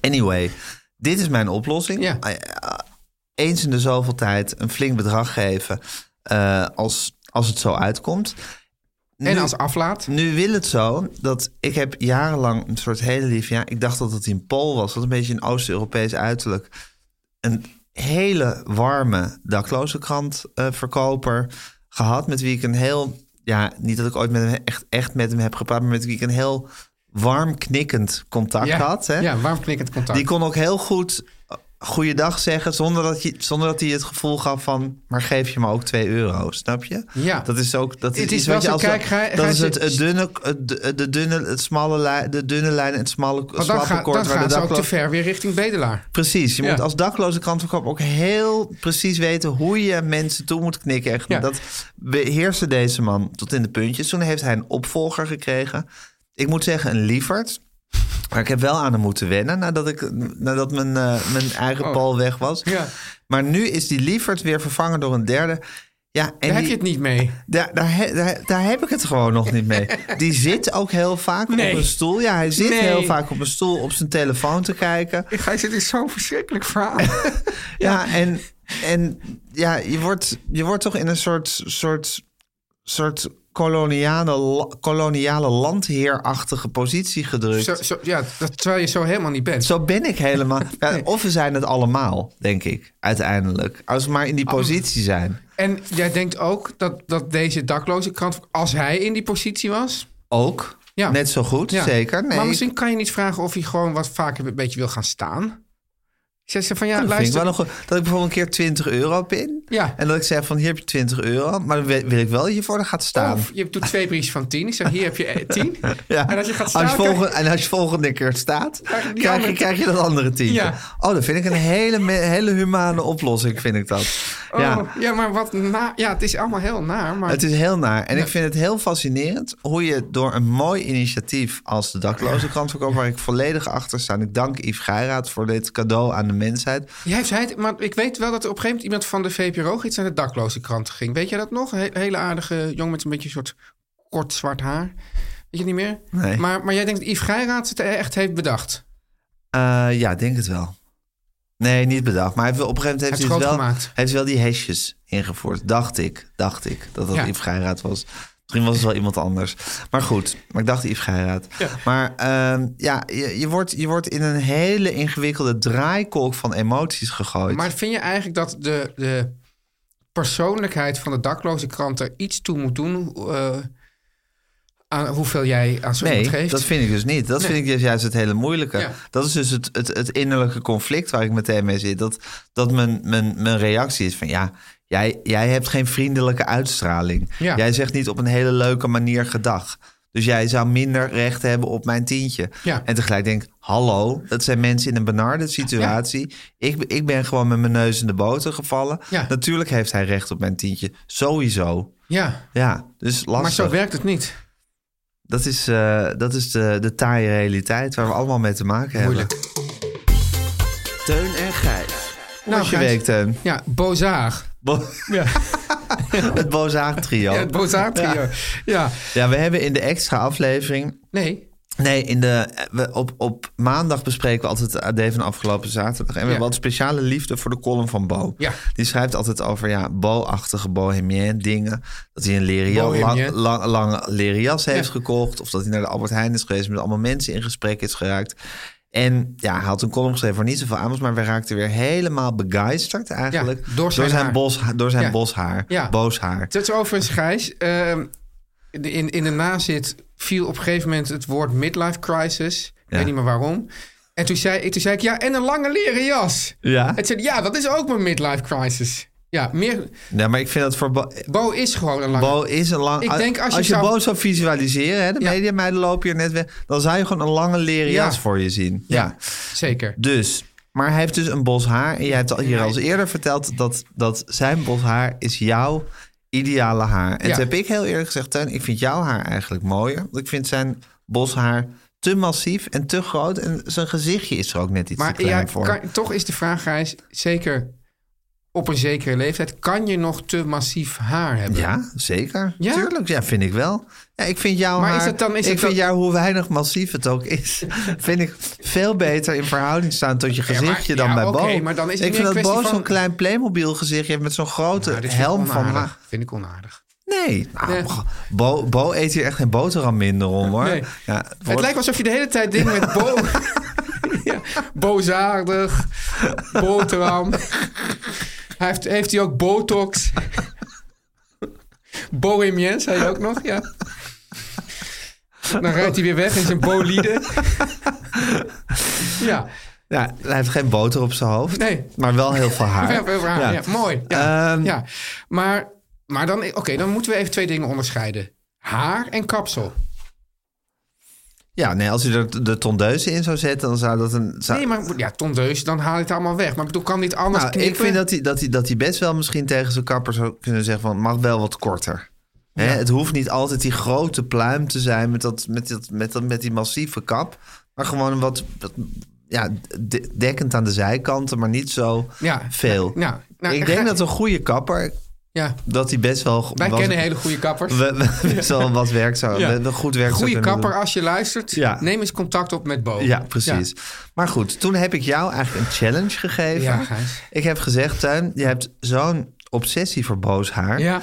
Speaker 6: Anyway, dit is mijn oplossing.
Speaker 5: Ja.
Speaker 6: Eh, eh, Eens in de zoveel tijd een flink bedrag geven eh, als, als het zo uitkomt.
Speaker 5: En
Speaker 6: Nu-
Speaker 5: als aflaat.
Speaker 6: nu wil het zo dat ik heb jarenlang een soort hele lief... Ja, ik dacht dat het in Pool was. Dat een beetje een Oost-Europees uiterlijk. Een hele warme dakloze krantverkoper gehad. Met wie ik een heel... Ja, niet dat ik ooit met hem echt, echt met hem heb gepraat... maar met wie ik een heel warm knikkend contact
Speaker 5: ja.
Speaker 6: had. Hè?
Speaker 5: Ja, warm knikkend contact.
Speaker 6: Die kon ook heel goed eh, goeiedag zeggen... Zonder dat, je, zonder dat hij het gevoel gaf van... maar geef je me ook 2 euro, snap je?
Speaker 5: Ja.
Speaker 6: Dat is ook... Dat is,
Speaker 5: Het is
Speaker 6: iets
Speaker 5: wel
Speaker 6: wat je
Speaker 5: zo,
Speaker 6: als-
Speaker 5: kijk, ga-
Speaker 6: dat
Speaker 5: ga
Speaker 6: is
Speaker 5: ze-
Speaker 6: het, het dunne, het, de- de dunne, het smalle lijn, de dunne lijn en het smalle,
Speaker 5: Want dan,
Speaker 6: slappe
Speaker 5: ga,
Speaker 6: koord
Speaker 5: dan
Speaker 6: waar de
Speaker 5: gaan ze ook
Speaker 6: daklo-
Speaker 5: te ver weer richting bedelaar.
Speaker 6: Precies, je
Speaker 5: Ja.
Speaker 6: moet als dakloze krantverkoper ook heel precies weten hoe je mensen toe moet knikken. Echt.
Speaker 5: Ja.
Speaker 6: Dat beheerste deze man tot in de puntjes. Toen heeft hij een opvolger gekregen. Ik moet zeggen, een lieverd. Maar ik heb wel aan hem moeten wennen nadat, ik, nadat mijn, eh, mijn eigen
Speaker 5: Oh.
Speaker 6: Paul weg was.
Speaker 5: Ja.
Speaker 6: Maar nu is die lieverd weer vervangen door een derde. Ja, en
Speaker 5: Daar heb
Speaker 6: die-
Speaker 5: je het niet mee.
Speaker 6: daar, daar, he- daar, daar heb ik het gewoon nog niet mee. Die zit ook heel vaak
Speaker 5: Nee.
Speaker 6: op een stoel. Ja, hij zit
Speaker 5: Nee.
Speaker 6: heel vaak op een stoel op zijn telefoon te kijken. Ja,
Speaker 5: Hij zit in zo'n verschrikkelijk verhaal.
Speaker 6: en, en ja, je, wordt, je wordt toch in een soort, soort, soort koloniale, la- koloniale landheerachtige positie gedrukt.
Speaker 5: zo,
Speaker 6: Zo,
Speaker 5: zo, ja, dat, terwijl je zo helemaal niet bent.
Speaker 6: ben ik helemaal. Ja, Of we zijn het allemaal, denk ik, uiteindelijk. Als we maar in die
Speaker 5: Oh.
Speaker 6: positie zijn.
Speaker 5: En jij denkt ook dat, dat deze dakloze krant, als hij in die positie was...
Speaker 6: Ook.
Speaker 5: Ja.
Speaker 6: Net zo goed,
Speaker 5: Ja.
Speaker 6: zeker. Nee,
Speaker 5: maar
Speaker 6: ik-
Speaker 5: misschien kan je niet vragen of hij gewoon wat vaker een beetje wil gaan staan. Zeg ze van ja,
Speaker 6: Oh, dat vind ik
Speaker 5: luister.
Speaker 6: wel een goed- dat ik bijvoorbeeld een keer 20 euro pin.
Speaker 5: Ja.
Speaker 6: En dat ik zeg van hier heb je 20 euro. Maar dan wil wil ik wel dat je voor de gaat staan.
Speaker 5: Of je doet twee briefjes van tien. Ik zeg, hier heb je eh, tien.
Speaker 6: Ja.
Speaker 5: En als je gaat staan...
Speaker 6: je
Speaker 5: krijg je-
Speaker 6: volgen- en als je volgende keer staat,
Speaker 5: Krijg je
Speaker 6: krijg,
Speaker 5: die
Speaker 6: je,
Speaker 5: andere-
Speaker 6: krijg je dat andere tientje.
Speaker 5: Ja.
Speaker 6: Oh, dat vind ik een hele, me- hele humane oplossing, vind ik dat.
Speaker 5: Oh, ja. maar wat na... Ja, het is allemaal heel naar, maar...
Speaker 6: Het is heel naar. En ik vind het heel fascinerend hoe je door een mooi initiatief als de dakloze krantverkoop, waar ik volledig achter sta. en ik dank Yves Geiraat voor dit cadeau aan de mensheid.
Speaker 5: Jij heeft hij het- maar ik weet wel dat er op een gegeven moment iemand van de VPRO iets aan de dakloze krant ging. Weet jij dat nog? Een he- hele aardige jong met een beetje een soort kort zwart haar. Weet je het niet meer?
Speaker 6: Nee.
Speaker 5: Maar, maar jij denkt dat Yves Geiraat het e-, echt heeft bedacht.
Speaker 6: Eh, ja, ik denk het wel. Nee, niet bedacht. Maar hij heeft, wel- op een gegeven moment
Speaker 5: Hij
Speaker 6: heeft hij,
Speaker 5: heeft
Speaker 6: het
Speaker 5: groot gemaakt.
Speaker 6: wel, hij heeft wel die hesjes ingevoerd. Dacht ik, dacht ik dat dat
Speaker 5: Ja.
Speaker 6: Yves Geiraat was. Misschien was het wel iemand anders. Maar goed, maar ik dacht Yves Geiraat. Maar ehm, ja, je, je, wordt, je wordt in een hele ingewikkelde draaikolk van emoties gegooid.
Speaker 5: Maar vind je eigenlijk dat de, de persoonlijkheid van de dakloze krant er iets toe moet doen eh, aan hoeveel jij aan zo iemand
Speaker 6: Nee,
Speaker 5: geeft?
Speaker 6: dat vind ik dus niet. Dat
Speaker 5: Nee.
Speaker 6: vind ik dus juist het hele moeilijke.
Speaker 5: Ja.
Speaker 6: Dat is dus het, het, het innerlijke conflict waar ik meteen mee zit. Dat, dat mijn, mijn, mijn reactie is van ja, jij, jij hebt geen vriendelijke uitstraling.
Speaker 5: Ja.
Speaker 6: Jij zegt niet op een hele leuke manier gedag. Dus jij zou minder recht hebben op mijn tientje.
Speaker 5: Ja.
Speaker 6: En tegelijk denk ik, hallo, dat zijn mensen in een benarde situatie. Ik, ik ben gewoon met mijn neus in de boter gevallen.
Speaker 5: Ja.
Speaker 6: Natuurlijk heeft hij recht op mijn tientje. Sowieso.
Speaker 5: Ja,
Speaker 6: Ja, dus lastig.
Speaker 5: maar zo werkt het niet.
Speaker 6: Dat is, eh, dat is de, de taaie realiteit waar we allemaal mee te maken hebben.
Speaker 5: Moeilijk.
Speaker 7: Teun en Gijs.
Speaker 6: Hoe was je
Speaker 5: Nou, Oh, Gijs,
Speaker 6: week, Teun?
Speaker 5: Ja, Bozaar.
Speaker 6: Bo-
Speaker 5: Ja,
Speaker 6: het Bozaag trio.
Speaker 5: ja,
Speaker 6: Oh. Ja,
Speaker 5: het Bozaar trio. Ja. ja,
Speaker 6: we hebben in de extra aflevering...
Speaker 5: nee.
Speaker 6: Nee, in de, we, op, op maandag bespreken we altijd het AD van afgelopen zaterdag. En we
Speaker 5: Ja.
Speaker 6: hebben wat speciale liefde voor de column van Bo.
Speaker 5: Ja.
Speaker 6: Die schrijft altijd over ja, Bo-achtige bohemien dingen. Dat hij een leren jas- lang,
Speaker 5: Bohemien.
Speaker 6: lang, lange leren jas heeft
Speaker 5: Ja.
Speaker 6: gekocht. Of dat hij naar de Albert Heijn is geweest. Met allemaal mensen in gesprek is geraakt. En ja, hij had een column geschreven voor niet zoveel aanwas. Maar we raakten weer helemaal begeisterd eigenlijk.
Speaker 5: Ja, door zijn haar.
Speaker 6: bos, door zijn
Speaker 5: Ja.
Speaker 6: boshaar.
Speaker 5: Ja.
Speaker 6: Boos haar.
Speaker 5: Dat is overigens, Gijs, ehm, de- in, in de nazit viel op een gegeven moment het woord midlife crisis. Ik
Speaker 6: Ja.
Speaker 5: weet niet meer waarom. En toen zei, toen zei ik, ja, en een lange leren jas.
Speaker 6: Ja.
Speaker 5: En toen zei hij, ja, dat is ook mijn midlife crisis. Ja, meer,
Speaker 6: ja, maar ik vind dat voor... Bo-
Speaker 5: Bo is gewoon een lange...
Speaker 6: Bo is een lang.
Speaker 5: Ik denk als je
Speaker 6: je,
Speaker 5: zou-
Speaker 6: Bo zou visualiseren, hè, de
Speaker 5: Ja.
Speaker 6: mediameiden lopen hier net weg, dan zou je gewoon een lange leren
Speaker 5: Ja.
Speaker 6: jas voor je zien. Ja.
Speaker 5: Ja, zeker.
Speaker 6: Dus. Maar hij heeft dus een bos haar. En jij hebt al hier al eens eerder verteld dat, dat zijn bos haar is jouw ideale haar. En
Speaker 5: Ja.
Speaker 6: toen heb ik heel eerlijk gezegd, Tuin, ik vind jouw haar eigenlijk mooier. Want ik vind zijn bos haar te massief en te groot. En zijn gezichtje is er ook net iets te
Speaker 5: Maar
Speaker 6: klein
Speaker 5: ja,
Speaker 6: voor.
Speaker 5: kan- toch is de vraag, Gijs, zeker op een zekere leeftijd kan je nog te massief haar hebben. Nou,
Speaker 6: Ja, zeker. Ja? Tuurlijk, ja, vind ik wel. Ja, ik vind jouw
Speaker 5: Maar is
Speaker 6: haar,
Speaker 5: het dan- is
Speaker 6: ik
Speaker 5: het
Speaker 6: vind
Speaker 5: dan-
Speaker 6: jou, hoe weinig massief het ook is, vind ik veel beter in verhouding staan tot je gezichtje dan
Speaker 5: ja,
Speaker 6: bij
Speaker 5: oké,
Speaker 6: Bo.
Speaker 5: maar dan is het
Speaker 6: ik
Speaker 5: meer een
Speaker 6: vind dat Bo
Speaker 5: kwestie van-
Speaker 6: zo'n klein Playmobil gezichtje heeft met zo'n grote
Speaker 5: Ja, dit vind ik
Speaker 6: helm van haar.
Speaker 5: onaardig. Vind ik onaardig.
Speaker 6: Nee, nou,
Speaker 5: Nee.
Speaker 6: goh, Bo, Bo eet hier echt geen boterham minder om hoor.
Speaker 5: Nee.
Speaker 6: Ja, het
Speaker 5: Het
Speaker 6: wordt-
Speaker 5: lijkt alsof je de hele tijd dingen met bo... ja, boosaardig, boterham. Hij heeft, heeft hij ook botox? Bohemiens, zei je ook nog, ja. Dan rijdt hij weer weg in zijn bolide. ja,
Speaker 6: ja, hij heeft geen boter op zijn hoofd,
Speaker 5: nee.
Speaker 6: maar wel heel veel haar.
Speaker 5: Ver- ver- haar, ja, mooi. Ja,
Speaker 6: Ehm,
Speaker 5: ja. Maar, maar dan, oké, dan moeten we even twee dingen onderscheiden. Haar en kapsel.
Speaker 6: ja, nee, als hij er de tondeuze in zou zetten, dan zou dat een... zou-
Speaker 5: Nee, maar ja, tondeus, dan haal je het allemaal weg. Maar ik bedoel, kan dit anders
Speaker 6: Nou, ik
Speaker 5: knippen?
Speaker 6: vind dat hij, dat, hij, dat hij best wel misschien tegen zijn kapper zou kunnen zeggen van... het mag wel wat korter. Hè,
Speaker 5: Ja.
Speaker 6: het hoeft niet altijd die grote pluim te zijn met, dat, met, dat, met, dat, met die massieve kap. Maar gewoon een wat, wat- ja, de- dekkend aan de zijkanten, maar niet zo
Speaker 5: Ja.
Speaker 6: veel.
Speaker 5: Ja. Nou,
Speaker 6: ik denk
Speaker 5: ga-
Speaker 6: dat een goede kapper,
Speaker 5: Ja,
Speaker 6: dat hij best wel...
Speaker 5: wij
Speaker 6: was-
Speaker 5: kennen hele goede kappers.
Speaker 6: we- we- best wel wat werk zou...
Speaker 5: Ja.
Speaker 6: we- we goed werk zou
Speaker 5: Goede
Speaker 6: kunnen
Speaker 5: kapper,
Speaker 6: doen.
Speaker 5: als je luistert,
Speaker 6: Ja.
Speaker 5: neem eens contact op met Bo.
Speaker 6: Ja, precies. Maar goed, toen heb ik jou eigenlijk een challenge gegeven.
Speaker 5: Ja, Gijs.
Speaker 6: Ik heb gezegd, Tuin, je hebt zo'n obsessie voor boos haar.
Speaker 5: Ja.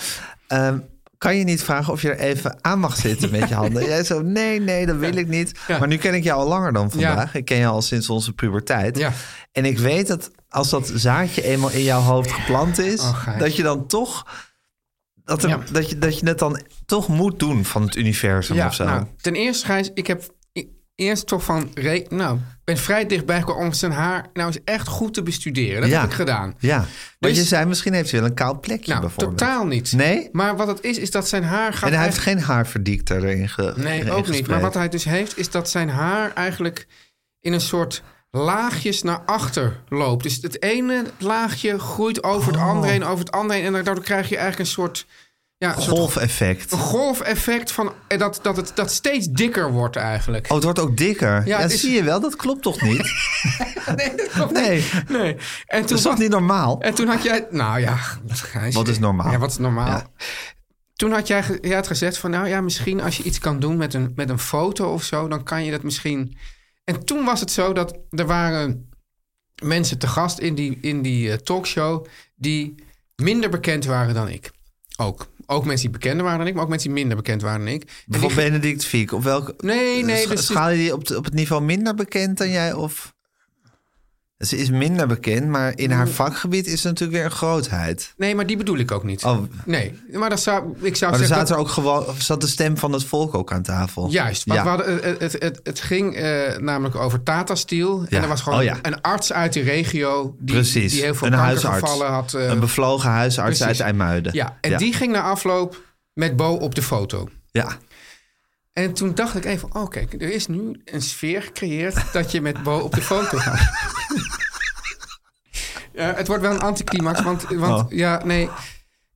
Speaker 6: Ehm, kan je niet vragen of je er even aan mag zitten met je handen? Jij zo, nee, nee, dat wil ik niet.
Speaker 5: Ja.
Speaker 6: Maar nu ken ik jou al langer dan vandaag. Ik ken jou al sinds onze puberteit.
Speaker 5: Ja.
Speaker 6: En ik weet dat als dat zaadje eenmaal in jouw hoofd geplant is...
Speaker 5: Oh, Gijs.
Speaker 6: dat je dan toch... Dat, er-
Speaker 5: Ja.
Speaker 6: dat, je, dat je het dan toch moet doen van het universum
Speaker 5: Ja,
Speaker 6: of zo.
Speaker 5: nou, ten eerste, Gijs, ik heb i- eerst toch van... re- Nou, ik ben vrij dichtbij gekomen om zijn haar nou eens echt goed te bestuderen. Dat
Speaker 6: Ja.
Speaker 5: heb ik gedaan.
Speaker 6: Ja, want
Speaker 5: Dus-
Speaker 6: je zei misschien heeft hij wel een koud plekje
Speaker 5: Nou,
Speaker 6: bijvoorbeeld.
Speaker 5: totaal niet.
Speaker 6: Nee?
Speaker 5: Maar wat het is, is dat zijn haar gaat...
Speaker 6: En hij heeft
Speaker 5: eigenlijk-
Speaker 6: geen haarverdikter erin ge
Speaker 5: Nee,
Speaker 6: erin
Speaker 5: ook niet. Maar
Speaker 6: gespreid.
Speaker 5: wat hij dus heeft, is dat zijn haar eigenlijk in een soort laagjes naar achter loopt. Dus het ene laagje groeit over
Speaker 6: Oh.
Speaker 5: het andere heen, over het andere heen. En daardoor krijg je eigenlijk een soort... Ja, een soort
Speaker 6: Golfeffect.
Speaker 5: een golfeffect van eh, dat, dat het dat steeds dikker wordt eigenlijk.
Speaker 6: Oh, het wordt ook dikker. Ja,
Speaker 5: het is-
Speaker 6: zie je wel, dat klopt toch niet?
Speaker 5: nee, dat klopt
Speaker 6: Nee,
Speaker 5: Nee. En
Speaker 6: dat
Speaker 5: toen,
Speaker 6: is toch
Speaker 5: was,
Speaker 6: niet normaal?
Speaker 5: en toen had jij... Nou ja, Gijs.
Speaker 6: Wat is normaal?
Speaker 5: Ja, wat is normaal?
Speaker 6: Ja.
Speaker 5: Toen had jij, ge- jij had gezegd van... Nou ja, misschien als je iets kan doen met een, met een foto of zo... dan kan je dat misschien... En toen was het zo dat er waren mensen te gast in die, in die eh, talkshow... die minder bekend waren dan ik. Ook. Ook mensen die bekender waren dan ik... maar ook mensen die minder bekend waren dan ik. En die
Speaker 6: Bijvoorbeeld Benedict Fiek. Of welke...
Speaker 5: Nee, nee,
Speaker 6: Scha-
Speaker 5: dus-
Speaker 6: schaal je die op, de- op het niveau minder bekend dan jij? Of... Ze is minder bekend, maar in
Speaker 5: Mm.
Speaker 6: haar vakgebied is ze natuurlijk weer een grootheid.
Speaker 5: Nee, maar die bedoel ik ook niet.
Speaker 6: Oh,
Speaker 5: Nee, maar dat zou, ik zou
Speaker 6: maar
Speaker 5: zeggen...
Speaker 6: er zat,
Speaker 5: dat-
Speaker 6: er ook gewoon, zat de stem van het volk ook aan tafel.
Speaker 5: Juist, want we hadden, eh, het, het, het ging eh, namelijk over Tata Steel.
Speaker 6: Ja,
Speaker 5: En er was gewoon
Speaker 6: oh ja.
Speaker 5: een arts uit die regio... die,
Speaker 6: Precies,
Speaker 5: die heel veel
Speaker 6: een huisarts.
Speaker 5: kankergevallen had. eh,
Speaker 6: een bevlogen huisarts
Speaker 5: precies.
Speaker 6: uit IJmuiden.
Speaker 5: ja, en die ging na afloop met Bo op de foto.
Speaker 6: Ja.
Speaker 5: En toen dacht ik even, oh kijk, er is nu een sfeer gecreëerd... dat je met Bo op de foto gaat. ja, het wordt wel een anticlimax, want, want
Speaker 6: Oh.
Speaker 5: ja, nee...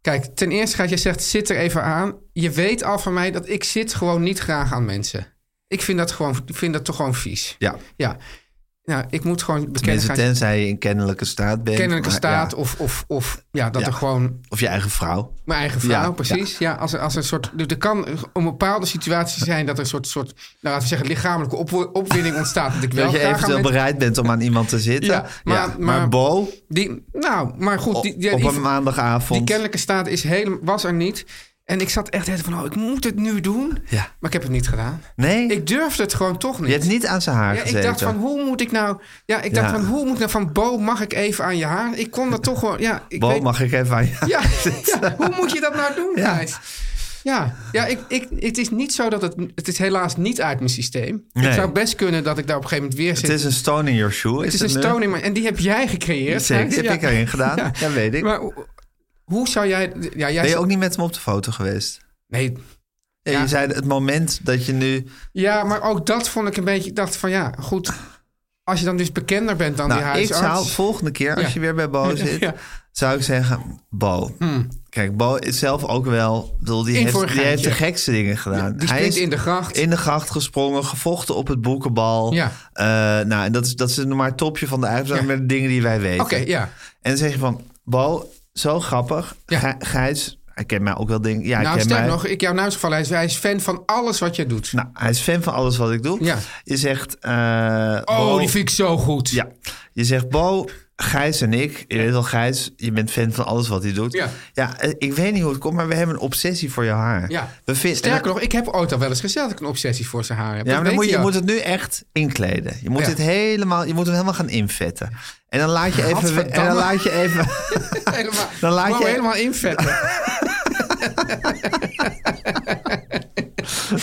Speaker 5: Kijk, ten eerste gaat je zegt, zit er even aan. Je weet al van mij dat ik zit gewoon niet graag aan mensen. Ik vind dat, gewoon, ik vind dat toch gewoon vies.
Speaker 6: ja.
Speaker 5: Ja. Nou, ik moet gewoon bekennen.
Speaker 6: Mensen,
Speaker 5: gaan-
Speaker 6: tenzij je in kennelijke staat bent.
Speaker 5: Kennelijke
Speaker 6: maar ja,
Speaker 5: staat of, of, of ja, dat
Speaker 6: Ja.
Speaker 5: er gewoon
Speaker 6: of je eigen vrouw.
Speaker 5: mijn eigen vrouw,
Speaker 6: Ja,
Speaker 5: precies. Ja, als, er- als er een soort. dus Er er kan om bepaalde situaties zijn dat er een soort, soort nou laten we zeggen, lichamelijke opwo- opwinding ontstaat. Dat ik wel
Speaker 6: dat je
Speaker 5: graag aan
Speaker 6: eventueel
Speaker 5: mensen-
Speaker 6: bereid bent om aan iemand te zitten.
Speaker 5: Ja, maar- maar-
Speaker 6: Bo,
Speaker 5: Die, nou, maar goed, die, die,
Speaker 6: op
Speaker 5: die,
Speaker 6: een maandagavond.
Speaker 5: die kennelijke staat is helemaal was er niet. En ik zat echt helemaal van, oh, ik moet het nu doen.
Speaker 6: Ja.
Speaker 5: Maar ik heb het niet gedaan.
Speaker 6: nee,
Speaker 5: Ik durfde het gewoon toch niet.
Speaker 6: je hebt niet aan zijn haar
Speaker 5: Ja,
Speaker 6: gezeten.
Speaker 5: ik dacht van hoe moet ik nou? Ja, ik dacht
Speaker 6: Ja.
Speaker 5: van hoe moet ik nou van Bo mag ik even aan je haar? Ik kon dat toch wel. Ja, ik
Speaker 6: Bo,
Speaker 5: weet,
Speaker 6: mag ik even aan je
Speaker 5: Ja, ja, hoe moet je dat nou doen,
Speaker 6: eh, Ja.
Speaker 5: Gijs? Ja, ja ik, ik, het is niet zo dat het... Het is helaas niet uit mijn systeem.
Speaker 6: Nee.
Speaker 5: Het zou best kunnen dat ik daar op een gegeven moment weer
Speaker 6: Het
Speaker 5: zit.
Speaker 6: is een stone in your shoe.
Speaker 5: Het is een
Speaker 6: nu?
Speaker 5: stoning, maar- en die heb jij gecreëerd.
Speaker 6: Zeker,
Speaker 5: Gijs.
Speaker 6: die heb ik erin gedaan. Ja, weet ik.
Speaker 5: Maar hoe- hoe zou jij... Ja, jij
Speaker 6: Ben je ook niet met hem op de foto geweest?
Speaker 5: Nee,
Speaker 6: Ja,
Speaker 5: Ja.
Speaker 6: Je zei het moment dat je nu...
Speaker 5: ja, maar ook dat vond ik een beetje... Ik dacht van ja, goed... Als je dan dus bekender bent dan die
Speaker 6: Nou, ik
Speaker 5: huisarts...
Speaker 6: zou volgende keer, als
Speaker 5: Ja.
Speaker 6: je weer bij Bo zit,
Speaker 5: Ja. Hmm.
Speaker 6: zou ik zeggen, Bo. Kijk, Bo is zelf ook wel, ik bedoel, die,
Speaker 5: In voor een
Speaker 6: heeft, die heeft de
Speaker 5: geintje.
Speaker 6: gekste dingen gedaan.
Speaker 5: die
Speaker 6: Hij
Speaker 5: springt
Speaker 6: is
Speaker 5: in de gracht.
Speaker 6: in de gracht gesprongen, gevochten op het boekenbal.
Speaker 5: Ja.
Speaker 6: Eh, nou, en dat is, dat is nog maar het topje van de ijsberg
Speaker 5: Ja.
Speaker 6: met de dingen die wij weten.
Speaker 5: Oké, ja.
Speaker 6: En dan zeg je van, Bo, zo grappig. Gij- Gijs, hij kent mij ook wel dingen. Ja, hij
Speaker 5: nou,
Speaker 6: kent
Speaker 5: sterk
Speaker 6: mij.
Speaker 5: nog, ik jouw naam is gevallen. Hij is, hij is fan van alles wat jij doet.
Speaker 6: Nou, hij is fan van alles wat ik doe.
Speaker 5: Ja.
Speaker 6: Je zegt... eh,
Speaker 5: oh,
Speaker 6: Bo-
Speaker 5: die vind ik zo goed.
Speaker 6: Ja. Je zegt, Bo, Gijs en ik. Je weet wel, Gijs, je bent fan van alles wat hij doet.
Speaker 5: Ja.
Speaker 6: ja eh, ik weet niet hoe het komt, maar we hebben een obsessie voor jouw haar.
Speaker 5: Ja.
Speaker 6: We vinden,
Speaker 5: Sterker nog, ik heb ooit al wel eens gezegd dat ik een obsessie voor zijn haar heb.
Speaker 6: Ja, maar dan moet je, je moet
Speaker 5: het
Speaker 6: het nu echt inkleden. Je moet,
Speaker 5: Ja.
Speaker 6: het helemaal, je moet hem helemaal gaan invetten. En dan laat je even... En dan
Speaker 5: Gadverdamme.
Speaker 6: laat je even...
Speaker 5: helemaal,
Speaker 6: Dan laat
Speaker 5: wou
Speaker 6: je-
Speaker 5: helemaal invetten.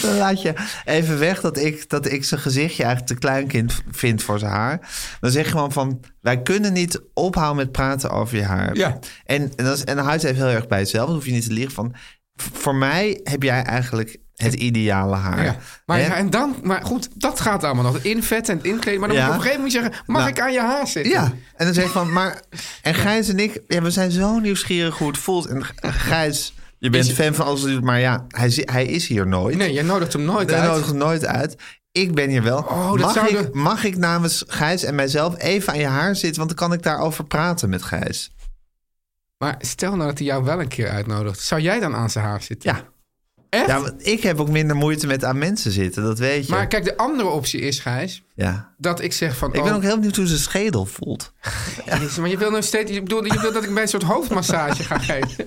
Speaker 6: Dan laat je even weg dat ik, dat ik zijn gezichtje eigenlijk te klein kind vind voor zijn haar. Dan zeg je gewoon van, wij kunnen niet ophouden met praten over je haar.
Speaker 5: Ja.
Speaker 6: En, en, dat is, en dan houdt hij even heel erg bij jezelf. Dan hoef je niet te liegen van, v- voor mij heb jij eigenlijk het ideale haar.
Speaker 5: Ja. Maar,
Speaker 6: Hè?
Speaker 5: ja, en dan, maar goed, dat gaat allemaal nog. Invetten en inkleden. Maar dan
Speaker 6: Ja.
Speaker 5: moet je op een gegeven moment zeggen, mag
Speaker 6: Nou.
Speaker 5: ik aan je haar zitten?
Speaker 6: Ja, en dan zeg je van, maar... En Gijs en ik, ja, we zijn zo nieuwsgierig hoe het voelt. En G- Gijs, je bent fan van alles wat hij doet, maar ja, hij, zi- hij is hier nooit.
Speaker 5: Nee, jij nodigt hem nooit
Speaker 6: Hij
Speaker 5: uit. Oh,
Speaker 6: nodigt hem nooit uit. Ik ben hier wel.
Speaker 5: dat
Speaker 6: mag,
Speaker 5: zou
Speaker 6: ik, mag ik namens Gijs en mijzelf even aan je haar zitten? Want dan kan ik daarover praten met Gijs.
Speaker 5: Maar stel nou dat hij jou wel een keer uitnodigt. Zou jij dan aan zijn haar zitten?
Speaker 6: Ja.
Speaker 5: Echt?
Speaker 6: Ja, want ik heb ook minder moeite met aan mensen zitten, dat weet je.
Speaker 5: Maar kijk, de andere optie is, Gijs,
Speaker 6: ja.
Speaker 5: dat ik zeg van...
Speaker 6: Ik ben
Speaker 5: oh,
Speaker 6: ook heel benieuwd hoe zijn schedel voelt.
Speaker 5: Jezus, maar je wil nou steeds... Je bedoelt, je wilt dat ik mij een soort hoofdmassage ga geven.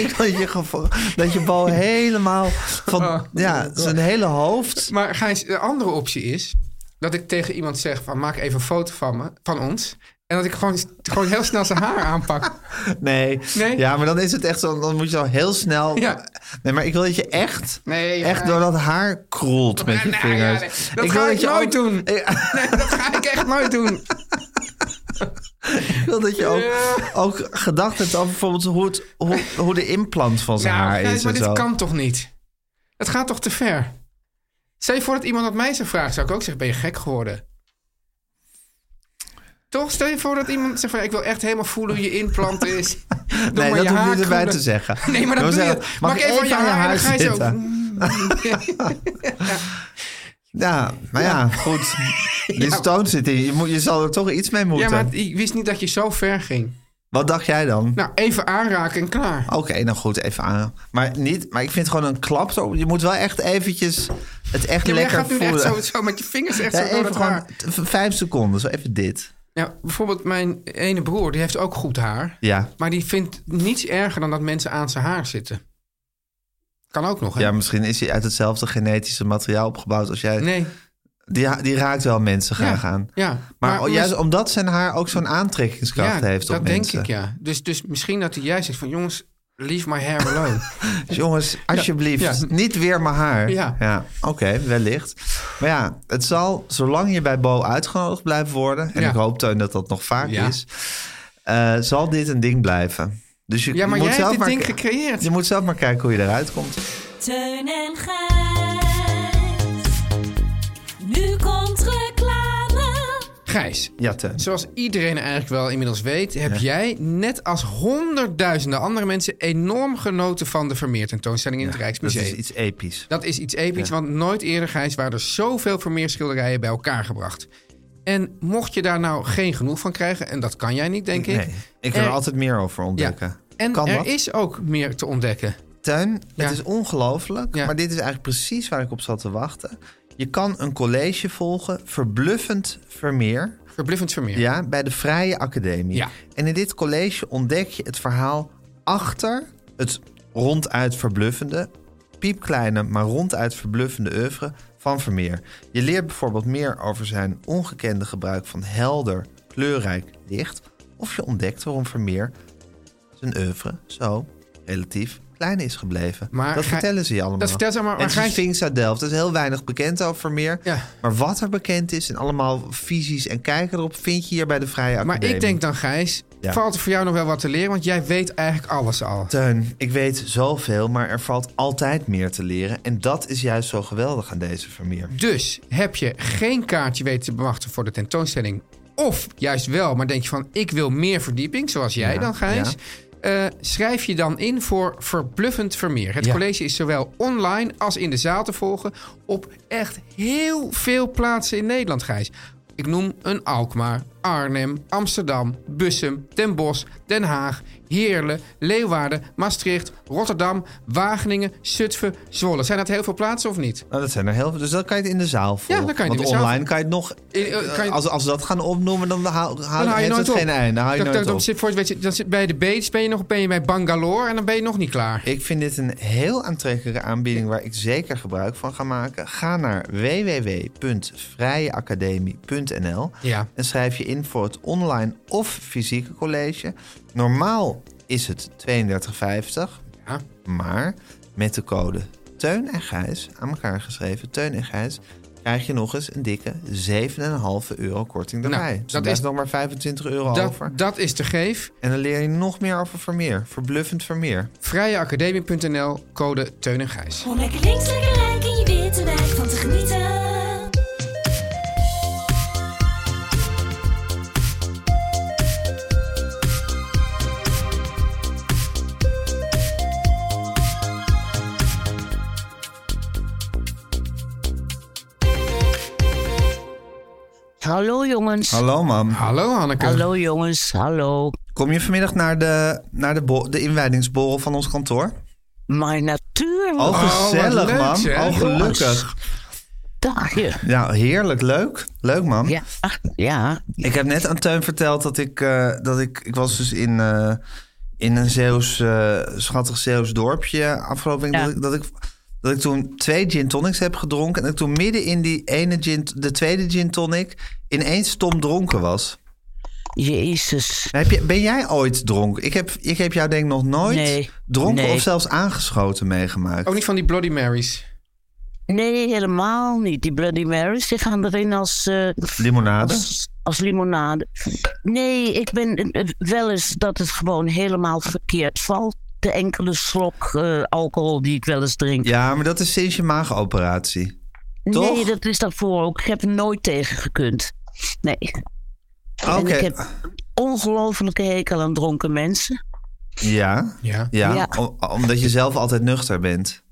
Speaker 6: ik wil je gevoel dat je bal helemaal van
Speaker 5: Oh.
Speaker 6: ja, zijn hele hoofd.
Speaker 5: Maar Gijs, de andere optie is dat ik tegen iemand zeg van... maak even een foto van, me, van ons. En dat ik gewoon, gewoon heel snel zijn haar aanpak.
Speaker 6: Nee.
Speaker 5: Nee?
Speaker 6: Ja, maar dan is het echt zo. Dan moet je al heel snel.
Speaker 5: Ja.
Speaker 6: Nee, maar ik wil dat je echt.
Speaker 5: Nee,
Speaker 6: Echt
Speaker 5: maar-
Speaker 6: door dat haar kroelt met je
Speaker 5: Nee,
Speaker 6: vingers.
Speaker 5: Nou ja, nee.
Speaker 6: wil
Speaker 5: Dat ga ik
Speaker 6: je
Speaker 5: nooit
Speaker 6: ook-
Speaker 5: doen.
Speaker 6: Ik-
Speaker 5: Nee, dat ga ik echt nooit doen.
Speaker 6: Ik wil dat je ook, ook gedacht hebt over bijvoorbeeld hoe, het, hoe, hoe de implant van zijn
Speaker 5: Nou,
Speaker 6: haar
Speaker 5: Gijs,
Speaker 6: is.
Speaker 5: maar
Speaker 6: en
Speaker 5: dit
Speaker 6: zo.
Speaker 5: kan toch niet? Het gaat toch te ver? Stel je voor dat iemand dat mij zou vragen, zou ik ook zeggen, ben je gek geworden? Toch? Stel je voor dat iemand zegt van, ik wil echt helemaal voelen hoe je implant is. Doe
Speaker 6: nee,
Speaker 5: maar
Speaker 6: dat
Speaker 5: je
Speaker 6: hoef je
Speaker 5: haar
Speaker 6: niet erbij
Speaker 5: krullen.
Speaker 6: te zeggen.
Speaker 5: Nee, maar dat
Speaker 6: Dan
Speaker 5: doe je. Mag,
Speaker 6: zeg Mag
Speaker 5: ik even aan je haar,
Speaker 6: haar
Speaker 5: en dan ga je zo...
Speaker 6: zitten? Ja, maar ja, goed. Die stoon zit in. Je, moet, je zal er toch iets mee
Speaker 5: Ja,
Speaker 6: moeten.
Speaker 5: maar ik wist niet dat je zo ver ging.
Speaker 6: Wat dacht jij dan?
Speaker 5: Nou, even aanraken en klaar.
Speaker 6: Oké, nou goed, even aan. Maar, niet, maar ik vind gewoon een klap. zo- Je moet wel echt eventjes het echt
Speaker 5: Ja, maar jij
Speaker 6: lekker
Speaker 5: gaat nu
Speaker 6: voelen.
Speaker 5: echt zo, zo met je vingers echt
Speaker 6: Ja,
Speaker 5: zo door
Speaker 6: even
Speaker 5: dat
Speaker 6: gewoon
Speaker 5: haar.
Speaker 6: t- vijf seconden, zo even dit.
Speaker 5: Ja, bijvoorbeeld mijn ene broer, die heeft ook goed haar.
Speaker 6: Ja.
Speaker 5: Maar die vindt niets erger dan dat mensen aan zijn haar zitten. Kan ook nog, hè?
Speaker 6: ja, misschien is hij uit hetzelfde genetische materiaal opgebouwd als jij.
Speaker 5: nee.
Speaker 6: Die, ha- die raakt wel mensen
Speaker 5: Ja,
Speaker 6: graag aan.
Speaker 5: ja.
Speaker 6: Maar,
Speaker 5: Maar
Speaker 6: juist
Speaker 5: mis-
Speaker 6: omdat zijn haar ook zo'n aantrekkingskracht
Speaker 5: ja,
Speaker 6: heeft op
Speaker 5: dat denk
Speaker 6: mensen.
Speaker 5: ik, ja. Dus, dus misschien dat hij juist zegt van... jongens, leave my hair alone.
Speaker 6: Dus jongens, alsjeblieft,
Speaker 5: Ja.
Speaker 6: niet weer mijn haar.
Speaker 5: Ja.
Speaker 6: Oké, wellicht. Maar ja, het zal, zolang je bij Bo uitgenodigd blijft worden... en
Speaker 5: Ja.
Speaker 6: ik hoop, Teun, dat dat nog vaak
Speaker 5: Ja.
Speaker 6: is... eh, zal dit een ding blijven. Dus je,
Speaker 5: ja,
Speaker 6: je
Speaker 5: maar
Speaker 6: moet
Speaker 5: jij
Speaker 6: zelf
Speaker 5: hebt dit
Speaker 6: maar,
Speaker 5: ding gecreëerd.
Speaker 6: Je moet zelf maar kijken hoe je eruit komt.
Speaker 9: Teun en Gijs. Nu komt reclame.
Speaker 5: Gijs,
Speaker 6: Ja, Teun.
Speaker 5: zoals iedereen eigenlijk wel inmiddels weet... heb jij, net als honderdduizenden andere mensen... enorm genoten van de Vermeer-tentoonstelling in het
Speaker 6: Dat
Speaker 5: Rijksmuseum.
Speaker 6: is iets episch.
Speaker 5: Dat is iets episch, want nooit eerder, Gijs, waren er zoveel Vermeer schilderijen bij elkaar gebracht. En mocht je daar nou geen genoeg van krijgen, en dat kan jij niet, denk ik.
Speaker 6: Nee, ik wil
Speaker 5: Er-
Speaker 6: er altijd meer over
Speaker 5: Ja.
Speaker 6: ontdekken.
Speaker 5: En
Speaker 6: kan
Speaker 5: er
Speaker 6: dat?
Speaker 5: is ook meer te ontdekken.
Speaker 6: Teun,
Speaker 5: Ja.
Speaker 6: het is ongelooflijk,
Speaker 5: Ja.
Speaker 6: maar dit is eigenlijk precies waar ik op zat te wachten. Je kan een college volgen, verbluffend Vermeer,
Speaker 5: Verbluffend Vermeer.
Speaker 6: ja, bij de Vrije Academie.
Speaker 5: Ja.
Speaker 6: En in dit college ontdek je het verhaal achter het ronduit verbluffende, piepkleine, maar ronduit verbluffende oeuvre van Vermeer. Je leert bijvoorbeeld meer over zijn ongekende gebruik van helder, kleurrijk licht, of je ontdekt waarom Vermeer zijn oeuvre zo relatief klein is gebleven.
Speaker 5: Maar
Speaker 6: dat
Speaker 5: Gij-
Speaker 6: vertellen ze je allemaal.
Speaker 5: dat vertellen ze allemaal, maar
Speaker 6: En zijn
Speaker 5: Gijs-
Speaker 6: Sphinx uit Delft. Er is heel weinig bekend over Vermeer.
Speaker 5: Ja.
Speaker 6: Maar wat er bekend is en allemaal visies en kijken erop... vind je hier bij de Vrije
Speaker 5: Maar
Speaker 6: Academie.
Speaker 5: ik denk dan, Gijs,
Speaker 6: Ja.
Speaker 5: valt er voor jou nog wel wat te leren? Want jij weet eigenlijk alles al.
Speaker 6: Teun, ik weet zoveel, maar er valt altijd meer te leren. En dat is juist zo geweldig aan deze Vermeer.
Speaker 5: Dus heb je geen kaartje weten te bemachtigen voor de tentoonstelling... of juist wel, maar denk je van ik wil meer verdieping, zoals jij
Speaker 6: Ja,
Speaker 5: dan Gijs...
Speaker 6: ja.
Speaker 5: eh, schrijf je dan in voor Verbluffend Vermeer. Het
Speaker 6: Ja.
Speaker 5: college is zowel online als in de zaal te volgen... op echt heel veel plaatsen in Nederland, Gijs. Ik noem een Alkmaar, Arnhem, Amsterdam, Bussum, Den Bosch, Den Haag, Heerlen, Leeuwarden, Maastricht, Rotterdam, Wageningen, Zutphen, Zwolle. Zijn dat heel veel plaatsen of niet?
Speaker 6: Nou, dat zijn er heel veel. Dus dan kan je het in de zaal volgen.
Speaker 5: dan kan je het
Speaker 6: Want
Speaker 5: in de zaal
Speaker 6: online kan je het nog...
Speaker 5: eh, kan je-
Speaker 6: als, als we dat gaan opnoemen, dan haal, haal, heeft het geen einde. Dan haal je
Speaker 5: dan,
Speaker 6: nooit
Speaker 5: dan
Speaker 6: op.
Speaker 5: zit voor, weet je, dan zit bij de Beats ben je nog ben je bij Bangalore en dan ben je nog niet klaar.
Speaker 6: Ik vind dit een heel aantrekkelijke aanbieding waar ik zeker gebruik van ga maken. Ga naar www.vrijeacademie.nl
Speaker 5: Ja.
Speaker 6: en schrijf je in voor het online of fysieke college. Normaal is het 32,50,
Speaker 5: Ja.
Speaker 6: maar met de code Teun en Gijs, aan elkaar geschreven Teun en Gijs, krijg je nog eens een dikke 7,5 euro korting
Speaker 5: Nou,
Speaker 6: erbij.
Speaker 5: dat
Speaker 6: dat is
Speaker 5: is-
Speaker 6: nog maar 25 euro
Speaker 5: Dat,
Speaker 6: over.
Speaker 5: dat is te geef.
Speaker 6: En dan leer je nog meer over Vermeer. Verbluffend Vermeer.
Speaker 5: Vrijeacademie.nl, code Teun en Gijs.
Speaker 9: Om lekker links, lekker rijk in je witte wijk van te genieten.
Speaker 4: Hallo jongens.
Speaker 6: Hallo mam.
Speaker 5: Hallo Hanneke.
Speaker 4: Hallo jongens, hallo.
Speaker 6: Kom je vanmiddag naar de, naar de, bo- de inwijdingsborrel van ons kantoor?
Speaker 4: Maar natuurlijk.
Speaker 6: Oh, gezellig,
Speaker 5: leuk,
Speaker 6: man.
Speaker 5: zeg.
Speaker 6: Oh, gelukkig.
Speaker 4: Jongens. Daar, ja.
Speaker 6: Ja, heerlijk. Leuk. Leuk, man.
Speaker 4: Ja, ja.
Speaker 6: Ik heb net aan Teun verteld dat ik... eh, dat ik, ik was dus in, eh, in een Zeeuws, eh, schattig Zeeuws dorpje afgelopen week.
Speaker 4: Ja.
Speaker 6: Dat, ik, dat, ik, dat ik toen twee gin tonics heb gedronken. En dat ik toen midden in die ene gin, de tweede gin tonic ineens stom dronken was.
Speaker 4: Jezus.
Speaker 6: Heb je, ben jij ooit dronken? Ik heb, ik heb jou denk ik nog nooit
Speaker 4: Nee.
Speaker 6: dronken
Speaker 4: Nee.
Speaker 6: of zelfs aangeschoten meegemaakt.
Speaker 5: Ook niet van die Bloody Marys.
Speaker 4: Nee, helemaal niet. Die Bloody Marys, die gaan erin als... eh,
Speaker 6: Limonade.
Speaker 4: Als, als limonade. Nee, ik ben eh, eh, wel eens dat het gewoon helemaal verkeerd valt. De enkele slok eh, alcohol die ik wel eens drink.
Speaker 6: Ja, maar dat is sinds je maagoperatie. toch?
Speaker 4: Nee, dat is daarvoor ook. Ik heb er nooit tegen gekund. Nee. En
Speaker 6: Oké.
Speaker 4: ik heb ongelofelijke hekel aan dronken mensen.
Speaker 6: Ja.
Speaker 5: Ja.
Speaker 6: Ja,
Speaker 4: Ja.
Speaker 6: om- omdat je zelf altijd nuchter bent.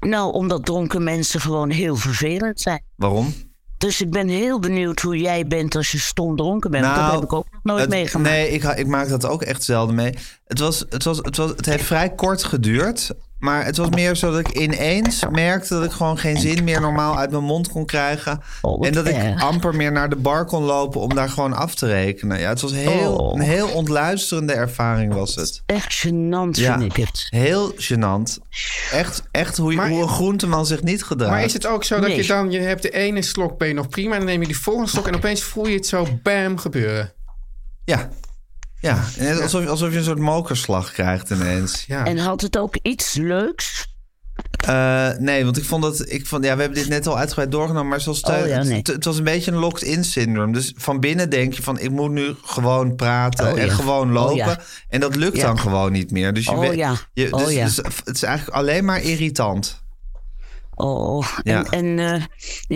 Speaker 4: Nou, omdat dronken mensen gewoon heel vervelend zijn.
Speaker 6: Waarom?
Speaker 4: Dus ik ben heel benieuwd hoe jij bent als je stom dronken bent. dat heb ik ook nog nooit
Speaker 6: Nou, het-
Speaker 4: meegemaakt.
Speaker 6: Nee, ik, ha- ik maak dat ook echt zelden mee. Het, was, het, was, het, was, het heeft vrij kort geduurd. Maar het was meer zo dat ik ineens merkte dat ik gewoon geen zin meer normaal uit mijn mond kon krijgen.
Speaker 4: Oh, wat
Speaker 6: en dat ik
Speaker 4: erg.
Speaker 6: amper meer naar de bar kon lopen om daar gewoon af te rekenen. Ja, het was heel,
Speaker 4: Oh.
Speaker 6: een heel ontluisterende ervaring was het.
Speaker 4: Echt gênant
Speaker 6: Ja,
Speaker 4: vind ik het.
Speaker 6: heel gênant. Echt, echt hoe, je-
Speaker 5: Maar-
Speaker 6: hoe een groenteman zich niet gedraagt.
Speaker 5: Maar is het ook zo dat
Speaker 4: Nee.
Speaker 5: je dan, je hebt de ene slok, ben je nog prima, en dan neem je die volgende slok en opeens voel je het zo bam gebeuren.
Speaker 6: Ja. Ja, net alsof, alsof je een soort mokerslag krijgt ineens.
Speaker 5: Ja.
Speaker 4: En had het ook iets leuks?
Speaker 6: Eh, nee, want ik vond dat... Ik vond, ja, we hebben dit net al uitgebreid doorgenomen, maar zoals Teun-
Speaker 4: Oh ja, nee.
Speaker 6: het, het was een beetje een locked-in syndroom. Dus van binnen denk je van, ik moet nu gewoon praten
Speaker 4: Oh
Speaker 6: en
Speaker 4: ja.
Speaker 6: gewoon
Speaker 4: Oh
Speaker 6: lopen.
Speaker 4: ja.
Speaker 6: En dat lukt
Speaker 4: Ja.
Speaker 6: dan gewoon niet meer. Dus je
Speaker 4: Oh
Speaker 6: we-
Speaker 4: ja.
Speaker 6: je-
Speaker 4: Oh
Speaker 6: dus-
Speaker 4: ja.
Speaker 6: dus het is eigenlijk alleen maar irritant.
Speaker 4: Oh,
Speaker 6: Ja.
Speaker 4: en, en eh,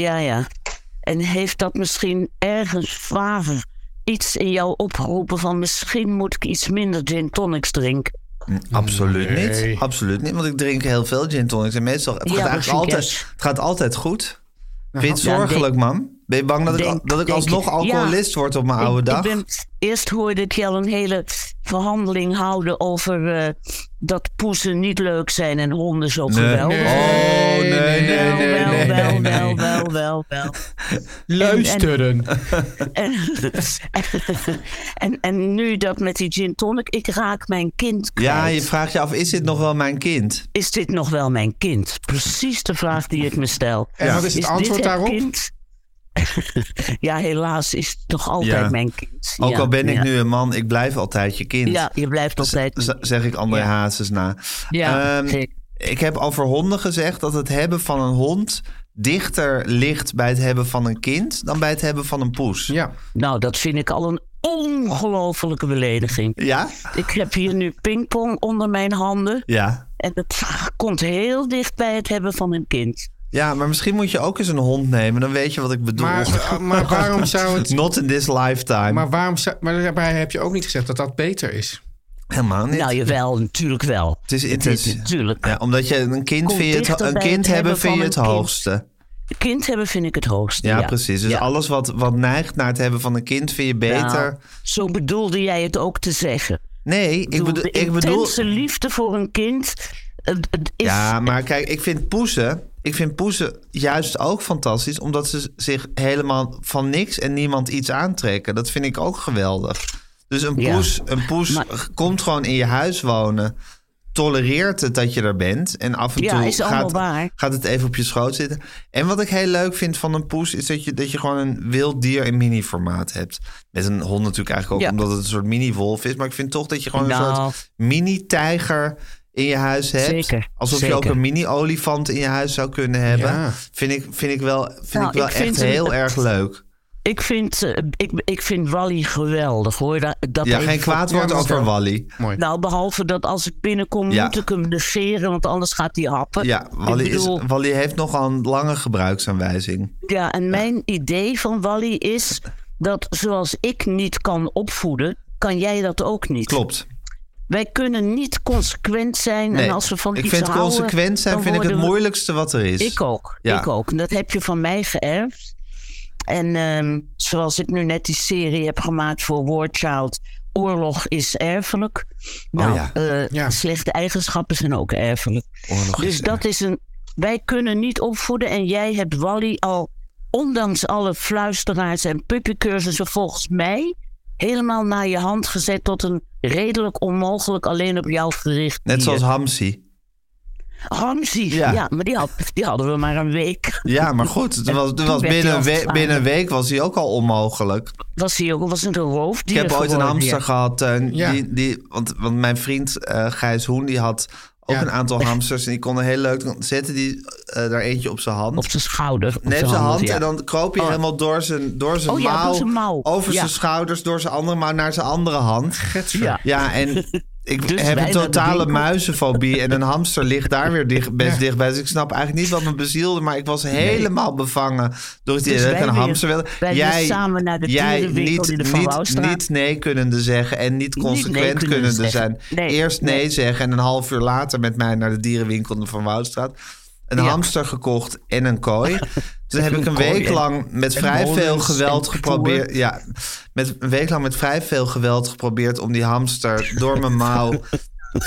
Speaker 4: ja, ja. En heeft dat misschien ergens vager iets in jou opgeroepen van misschien moet ik iets minder gin tonics drinken?
Speaker 6: Absoluut niet. Absoluut niet, want ik drink heel veel gin tonics. En meestal, het
Speaker 4: Ja,
Speaker 6: gaat
Speaker 4: dat
Speaker 6: eigenlijk
Speaker 4: vind ik
Speaker 6: altijd,
Speaker 4: juist.
Speaker 6: het gaat altijd goed. Vind je het
Speaker 4: Ja, denk-
Speaker 6: zorgelijk, man? Ben je bang dat ik,
Speaker 4: denk-
Speaker 6: al- dat ik
Speaker 4: denk-
Speaker 6: alsnog
Speaker 4: ja.
Speaker 6: alcoholist word op mijn oude
Speaker 4: ik,
Speaker 6: dag?
Speaker 4: ik ben, eerst hoorde ik jou een hele verhandeling houden over eh, dat poezen niet leuk zijn en honden zo geweldig.
Speaker 6: Nee. Oh, nee, nee, nee,
Speaker 4: wel, wel,
Speaker 6: nee, nee,
Speaker 4: wel, wel,
Speaker 6: nee,
Speaker 4: wel, wel, wel.
Speaker 5: Luisteren.
Speaker 4: En, en, en nu dat met die gin tonic, ik raak mijn kind kwijt.
Speaker 6: Ja, je vraagt je af, is dit nog wel mijn kind?
Speaker 4: is dit nog wel mijn kind? Precies de vraag die ik me stel.
Speaker 5: En wat is het antwoord
Speaker 4: dit het
Speaker 5: daarop?
Speaker 4: kind? ja, helaas is het nog altijd
Speaker 6: Ja.
Speaker 4: mijn kind.
Speaker 6: Ook
Speaker 4: Ja,
Speaker 6: al ben ik
Speaker 4: ja.
Speaker 6: nu een man, ik blijf altijd je kind.
Speaker 4: Ja, je blijft altijd.
Speaker 6: Z- zeg ik André
Speaker 4: Ja.
Speaker 6: Hazes na.
Speaker 4: Ja,
Speaker 6: Ehm,
Speaker 4: zeker.
Speaker 6: ik heb over honden gezegd dat het hebben van een hond dichter ligt bij het hebben van een kind dan bij het hebben van een poes.
Speaker 5: Ja.
Speaker 4: Nou, dat vind ik al een ongelofelijke belediging.
Speaker 6: Ja?
Speaker 4: Ik heb hier nu pingpong onder mijn handen.
Speaker 6: Ja.
Speaker 4: En dat komt heel dicht bij het hebben van een kind.
Speaker 6: Ja, maar misschien moet je ook eens een hond nemen, dan weet je wat ik bedoel.
Speaker 5: Maar, eh, maar waarom zou het...
Speaker 6: Not in this lifetime.
Speaker 5: Maar, waarom zou, maar daarbij heb je ook niet gezegd dat dat beter is.
Speaker 6: Helemaal niet.
Speaker 4: Nou, jawel, natuurlijk wel.
Speaker 6: het is, het
Speaker 4: Het is
Speaker 6: is-
Speaker 4: natuurlijk.
Speaker 6: ja, omdat je een kind,
Speaker 4: Komt
Speaker 6: vind je het,
Speaker 4: dichter
Speaker 6: een
Speaker 4: bij
Speaker 6: kind
Speaker 4: het
Speaker 6: hebben
Speaker 4: hebben
Speaker 6: vind je
Speaker 4: van
Speaker 6: het
Speaker 4: een kind.
Speaker 6: hoogste.
Speaker 4: Kind hebben vind ik het hoogst.
Speaker 6: Ja, precies. Dus
Speaker 4: Ja.
Speaker 6: alles wat, wat neigt naar het hebben van een kind vind je beter.
Speaker 4: Nou, zo bedoelde jij het ook te zeggen.
Speaker 6: nee, ik bedoel...
Speaker 4: de
Speaker 6: Ik bedoel
Speaker 4: intense liefde voor een kind. eh, het is,
Speaker 6: ja, maar kijk, ik vind poezen... Ik vind poezen juist ook fantastisch... omdat ze zich helemaal van niks en niemand iets aantrekken. Dat vind ik ook geweldig. Dus een
Speaker 4: Ja.
Speaker 6: poes, een poes komt gewoon in je huis wonen... tolereert het dat je er bent... en af en
Speaker 4: Ja,
Speaker 6: toe
Speaker 4: is allemaal
Speaker 6: gaat,
Speaker 4: waar.
Speaker 6: gaat het even op je schoot zitten. En wat ik heel leuk vind van een poes... is dat je, dat je gewoon een wild dier in mini-formaat hebt. Met een hond natuurlijk eigenlijk ook...
Speaker 4: Ja.
Speaker 6: omdat het een soort mini-wolf is. Maar ik vind toch dat je gewoon een
Speaker 4: Nou.
Speaker 6: soort mini-tijger... in je huis hebt.
Speaker 4: Zeker,
Speaker 6: Alsof je
Speaker 4: zeker.
Speaker 6: ook een mini-olifant in je huis zou kunnen hebben.
Speaker 5: Ja.
Speaker 6: Vind, ik, vind ik wel, vind
Speaker 4: Nou,
Speaker 6: ik wel
Speaker 4: ik
Speaker 6: echt
Speaker 4: vind hem-
Speaker 6: heel erg leuk.
Speaker 4: ik, vind, eh, ik, ik vind Wally geweldig hoor. Dat, dat
Speaker 6: Ja,
Speaker 4: even-
Speaker 6: geen kwaad woord
Speaker 5: dat is
Speaker 6: over
Speaker 5: wel-
Speaker 6: Wally.
Speaker 5: Mooi.
Speaker 4: Nou, behalve dat als ik binnenkom
Speaker 6: Ja.
Speaker 4: moet ik hem negeren, want anders gaat hij happen.
Speaker 6: Ja, Wally,
Speaker 4: ik bedoel,
Speaker 6: is, Wally heeft nogal een lange gebruiksaanwijzing.
Speaker 4: ja, en mijn idee van Wally is dat zoals ik niet kan opvoeden, kan jij dat ook niet.
Speaker 6: Klopt.
Speaker 4: Wij kunnen niet consequent zijn.
Speaker 6: Nee,
Speaker 4: en als we van
Speaker 6: ik
Speaker 4: iets
Speaker 6: vind
Speaker 4: houden,
Speaker 6: consequent zijn
Speaker 4: dan
Speaker 6: vind ik het
Speaker 4: worden we-
Speaker 6: moeilijkste wat er is.
Speaker 4: Ik ook,
Speaker 6: Ja.
Speaker 4: ik ook. Dat heb je van mij geërfd. En ehm, zoals ik nu net die serie heb gemaakt voor War Child... Oorlog is erfelijk. Nou,
Speaker 6: Oh ja.
Speaker 4: eh,
Speaker 5: Ja.
Speaker 4: slechte eigenschappen zijn ook erfelijk.
Speaker 6: Oorlog
Speaker 4: dus
Speaker 6: is
Speaker 4: dat is een... Wij kunnen niet opvoeden en jij hebt Wally al... ondanks alle fluisteraars en puppycursussen volgens mij... helemaal naar je hand gezet tot een redelijk onmogelijk alleen op jou gericht
Speaker 6: Net
Speaker 4: dier.
Speaker 6: zoals Hamsi.
Speaker 4: Hamsi,
Speaker 6: Ja.
Speaker 4: ja. maar die, had, die hadden we maar een week.
Speaker 6: Ja, maar goed, het was, het
Speaker 4: toen
Speaker 6: was
Speaker 4: werd
Speaker 6: binnen,
Speaker 4: hij
Speaker 6: een we-
Speaker 4: afgeslagen.
Speaker 6: binnen een week was hij ook al onmogelijk.
Speaker 4: was hij ook was het een
Speaker 6: Ik
Speaker 4: roofdier
Speaker 6: heb ooit een
Speaker 4: geworden,
Speaker 6: hamster
Speaker 4: ja.
Speaker 6: gehad. Teun,
Speaker 5: Ja.
Speaker 6: die, die, want, want mijn vriend eh, Gijs Hoen, die had ook
Speaker 5: Ja.
Speaker 6: een aantal hamsters. En die konden heel leuk... Dan zette die eh, daar eentje op zijn hand.
Speaker 4: op zijn schouder. op
Speaker 6: Neem zijn hand
Speaker 4: ja.
Speaker 6: en dan kroop je helemaal door zijn, door zijn,
Speaker 4: Oh ja, door
Speaker 6: mouw,
Speaker 4: zijn mouw.
Speaker 6: over
Speaker 4: Ja.
Speaker 6: zijn schouders, door zijn andere mouw, naar zijn andere hand.
Speaker 4: Ja.
Speaker 6: Ja, en ik
Speaker 4: Dus
Speaker 6: heb
Speaker 4: wij
Speaker 6: een
Speaker 4: naar de
Speaker 6: totale
Speaker 4: winkel.
Speaker 6: muizenfobie en een hamster ligt daar weer dicht, best dichtbij. Dus ik snap eigenlijk niet wat me bezielde, maar ik was helemaal bevangen door het idee dat ik
Speaker 4: Dus wij
Speaker 6: een
Speaker 4: weer-
Speaker 6: hamster wilde.
Speaker 4: wij weer samen naar de
Speaker 6: jij
Speaker 4: dierenwinkel
Speaker 6: niet,
Speaker 4: in de Van
Speaker 6: niet,
Speaker 4: Wouwstraat.
Speaker 6: niet nee kunnende zeggen en niet
Speaker 4: Niet
Speaker 6: consequent
Speaker 4: nee
Speaker 6: kunnen
Speaker 4: kunnen
Speaker 6: kunnende zijn.
Speaker 4: zeggen. Nee,
Speaker 6: Eerst nee,
Speaker 4: nee.
Speaker 6: zeggen en een half uur later met mij naar de dierenwinkel in de Van Woudstraat. Een
Speaker 4: Ja.
Speaker 6: hamster gekocht en een kooi. Toen heb ik een
Speaker 4: kooi
Speaker 6: week
Speaker 4: en-
Speaker 6: lang met vrij
Speaker 4: molens
Speaker 6: veel
Speaker 4: en
Speaker 6: geweld
Speaker 4: voer.
Speaker 6: geprobeerd. Ja, met een week lang met vrij veel geweld geprobeerd om die hamster door mijn mouw.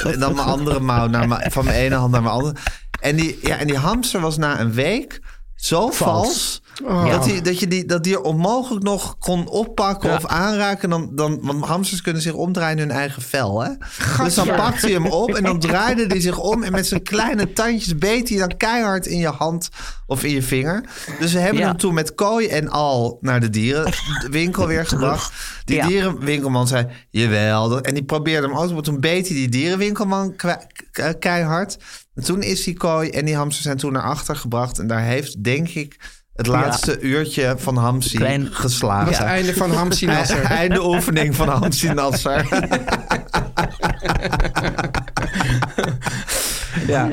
Speaker 6: en dan mijn andere mouw, naar mijn- van mijn ene hand naar mijn andere. En die, ja, en die hamster was na een week zo vals.
Speaker 4: Vals. Oh.
Speaker 6: Dat, die, dat je die, dat dier onmogelijk nog kon oppakken of aanraken. Dan, dan, want hamsters kunnen zich omdraaien in hun eigen vel. Hè? Dus dan pakte hij hem op en dan draaide hij zich om. En met zijn kleine tandjes beet hij dan keihard in je hand of in je vinger. Dus we hebben
Speaker 4: Ja.
Speaker 6: hem toen met kooi en al naar de dierenwinkel weer gebracht. Die
Speaker 4: Ja.
Speaker 6: dierenwinkelman zei, jawel. dat- En die probeerde hem ook. Maar toen beet hij die dierenwinkelman kwa- ke- keihard. En toen is die kooi en die hamster zijn toen naar achter gebracht. En daar heeft, denk ik... Het laatste uurtje van Hamsi
Speaker 4: Klein-
Speaker 6: geslagen.
Speaker 5: Dat is het einde van Hamsi Nasser.
Speaker 6: Einde oefening van Hamsi Nasser. ja.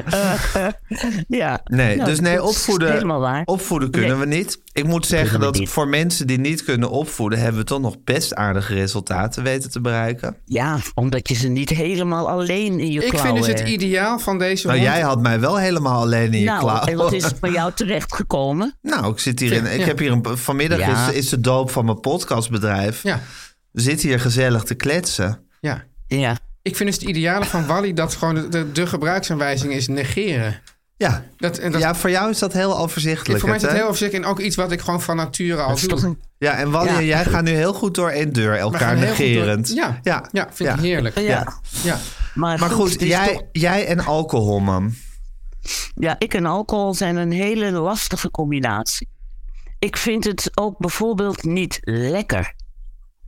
Speaker 4: Ja.
Speaker 6: Nee,
Speaker 4: Nou,
Speaker 6: dus nee,
Speaker 4: dat is Helemaal
Speaker 6: opvoeden,
Speaker 4: waar.
Speaker 6: opvoeden kunnen
Speaker 4: Nee.
Speaker 6: we niet. Ik moet zeggen
Speaker 4: Kunnen we
Speaker 6: dat
Speaker 4: niet.
Speaker 6: voor mensen die niet kunnen opvoeden... hebben we toch nog best aardige resultaten weten te bereiken.
Speaker 4: Ja, omdat je ze niet helemaal alleen in je
Speaker 5: Ik vind
Speaker 4: klauwen
Speaker 5: dus het
Speaker 4: hebt.
Speaker 5: ideaal van deze
Speaker 6: Nou,
Speaker 5: hond.
Speaker 6: jij had mij wel helemaal alleen in je
Speaker 4: Nou,
Speaker 6: klauw.
Speaker 4: en wat is er bij jou terechtgekomen?
Speaker 6: Nou, ik zit hier in. Ik heb hier een, vanmiddag
Speaker 4: Ja.
Speaker 6: is, is de doop van mijn podcastbedrijf.
Speaker 5: Ja,
Speaker 6: We zitten hier gezellig te kletsen.
Speaker 5: ja.
Speaker 4: Ja.
Speaker 5: Ik vind dus het ideale van Wally dat gewoon de, de, de gebruiksaanwijzing is negeren.
Speaker 6: Ja.
Speaker 5: Dat, en dat,
Speaker 6: ja, voor jou is dat heel overzichtelijk.
Speaker 5: voor mij is
Speaker 6: het,
Speaker 5: dat
Speaker 6: hè?
Speaker 5: heel overzichtelijk en ook iets wat ik gewoon van nature al
Speaker 4: Dat is
Speaker 5: doe.
Speaker 4: toch een,
Speaker 6: Ja, en Wally
Speaker 4: Ja.
Speaker 6: en jij gaan nu heel goed door één deur,
Speaker 5: We
Speaker 6: elkaar
Speaker 5: gaan heel goed door-
Speaker 6: negerend.
Speaker 5: Ja, ja, ja, vind ik heerlijk.
Speaker 4: ja.
Speaker 6: Ja.
Speaker 5: Ja.
Speaker 4: Maar,
Speaker 6: Maar goed,
Speaker 4: het is
Speaker 6: jij,
Speaker 4: toch-
Speaker 6: jij en alcohol, man.
Speaker 4: Ja, ik en alcohol zijn een hele lastige combinatie. Ik vind het ook bijvoorbeeld niet lekker.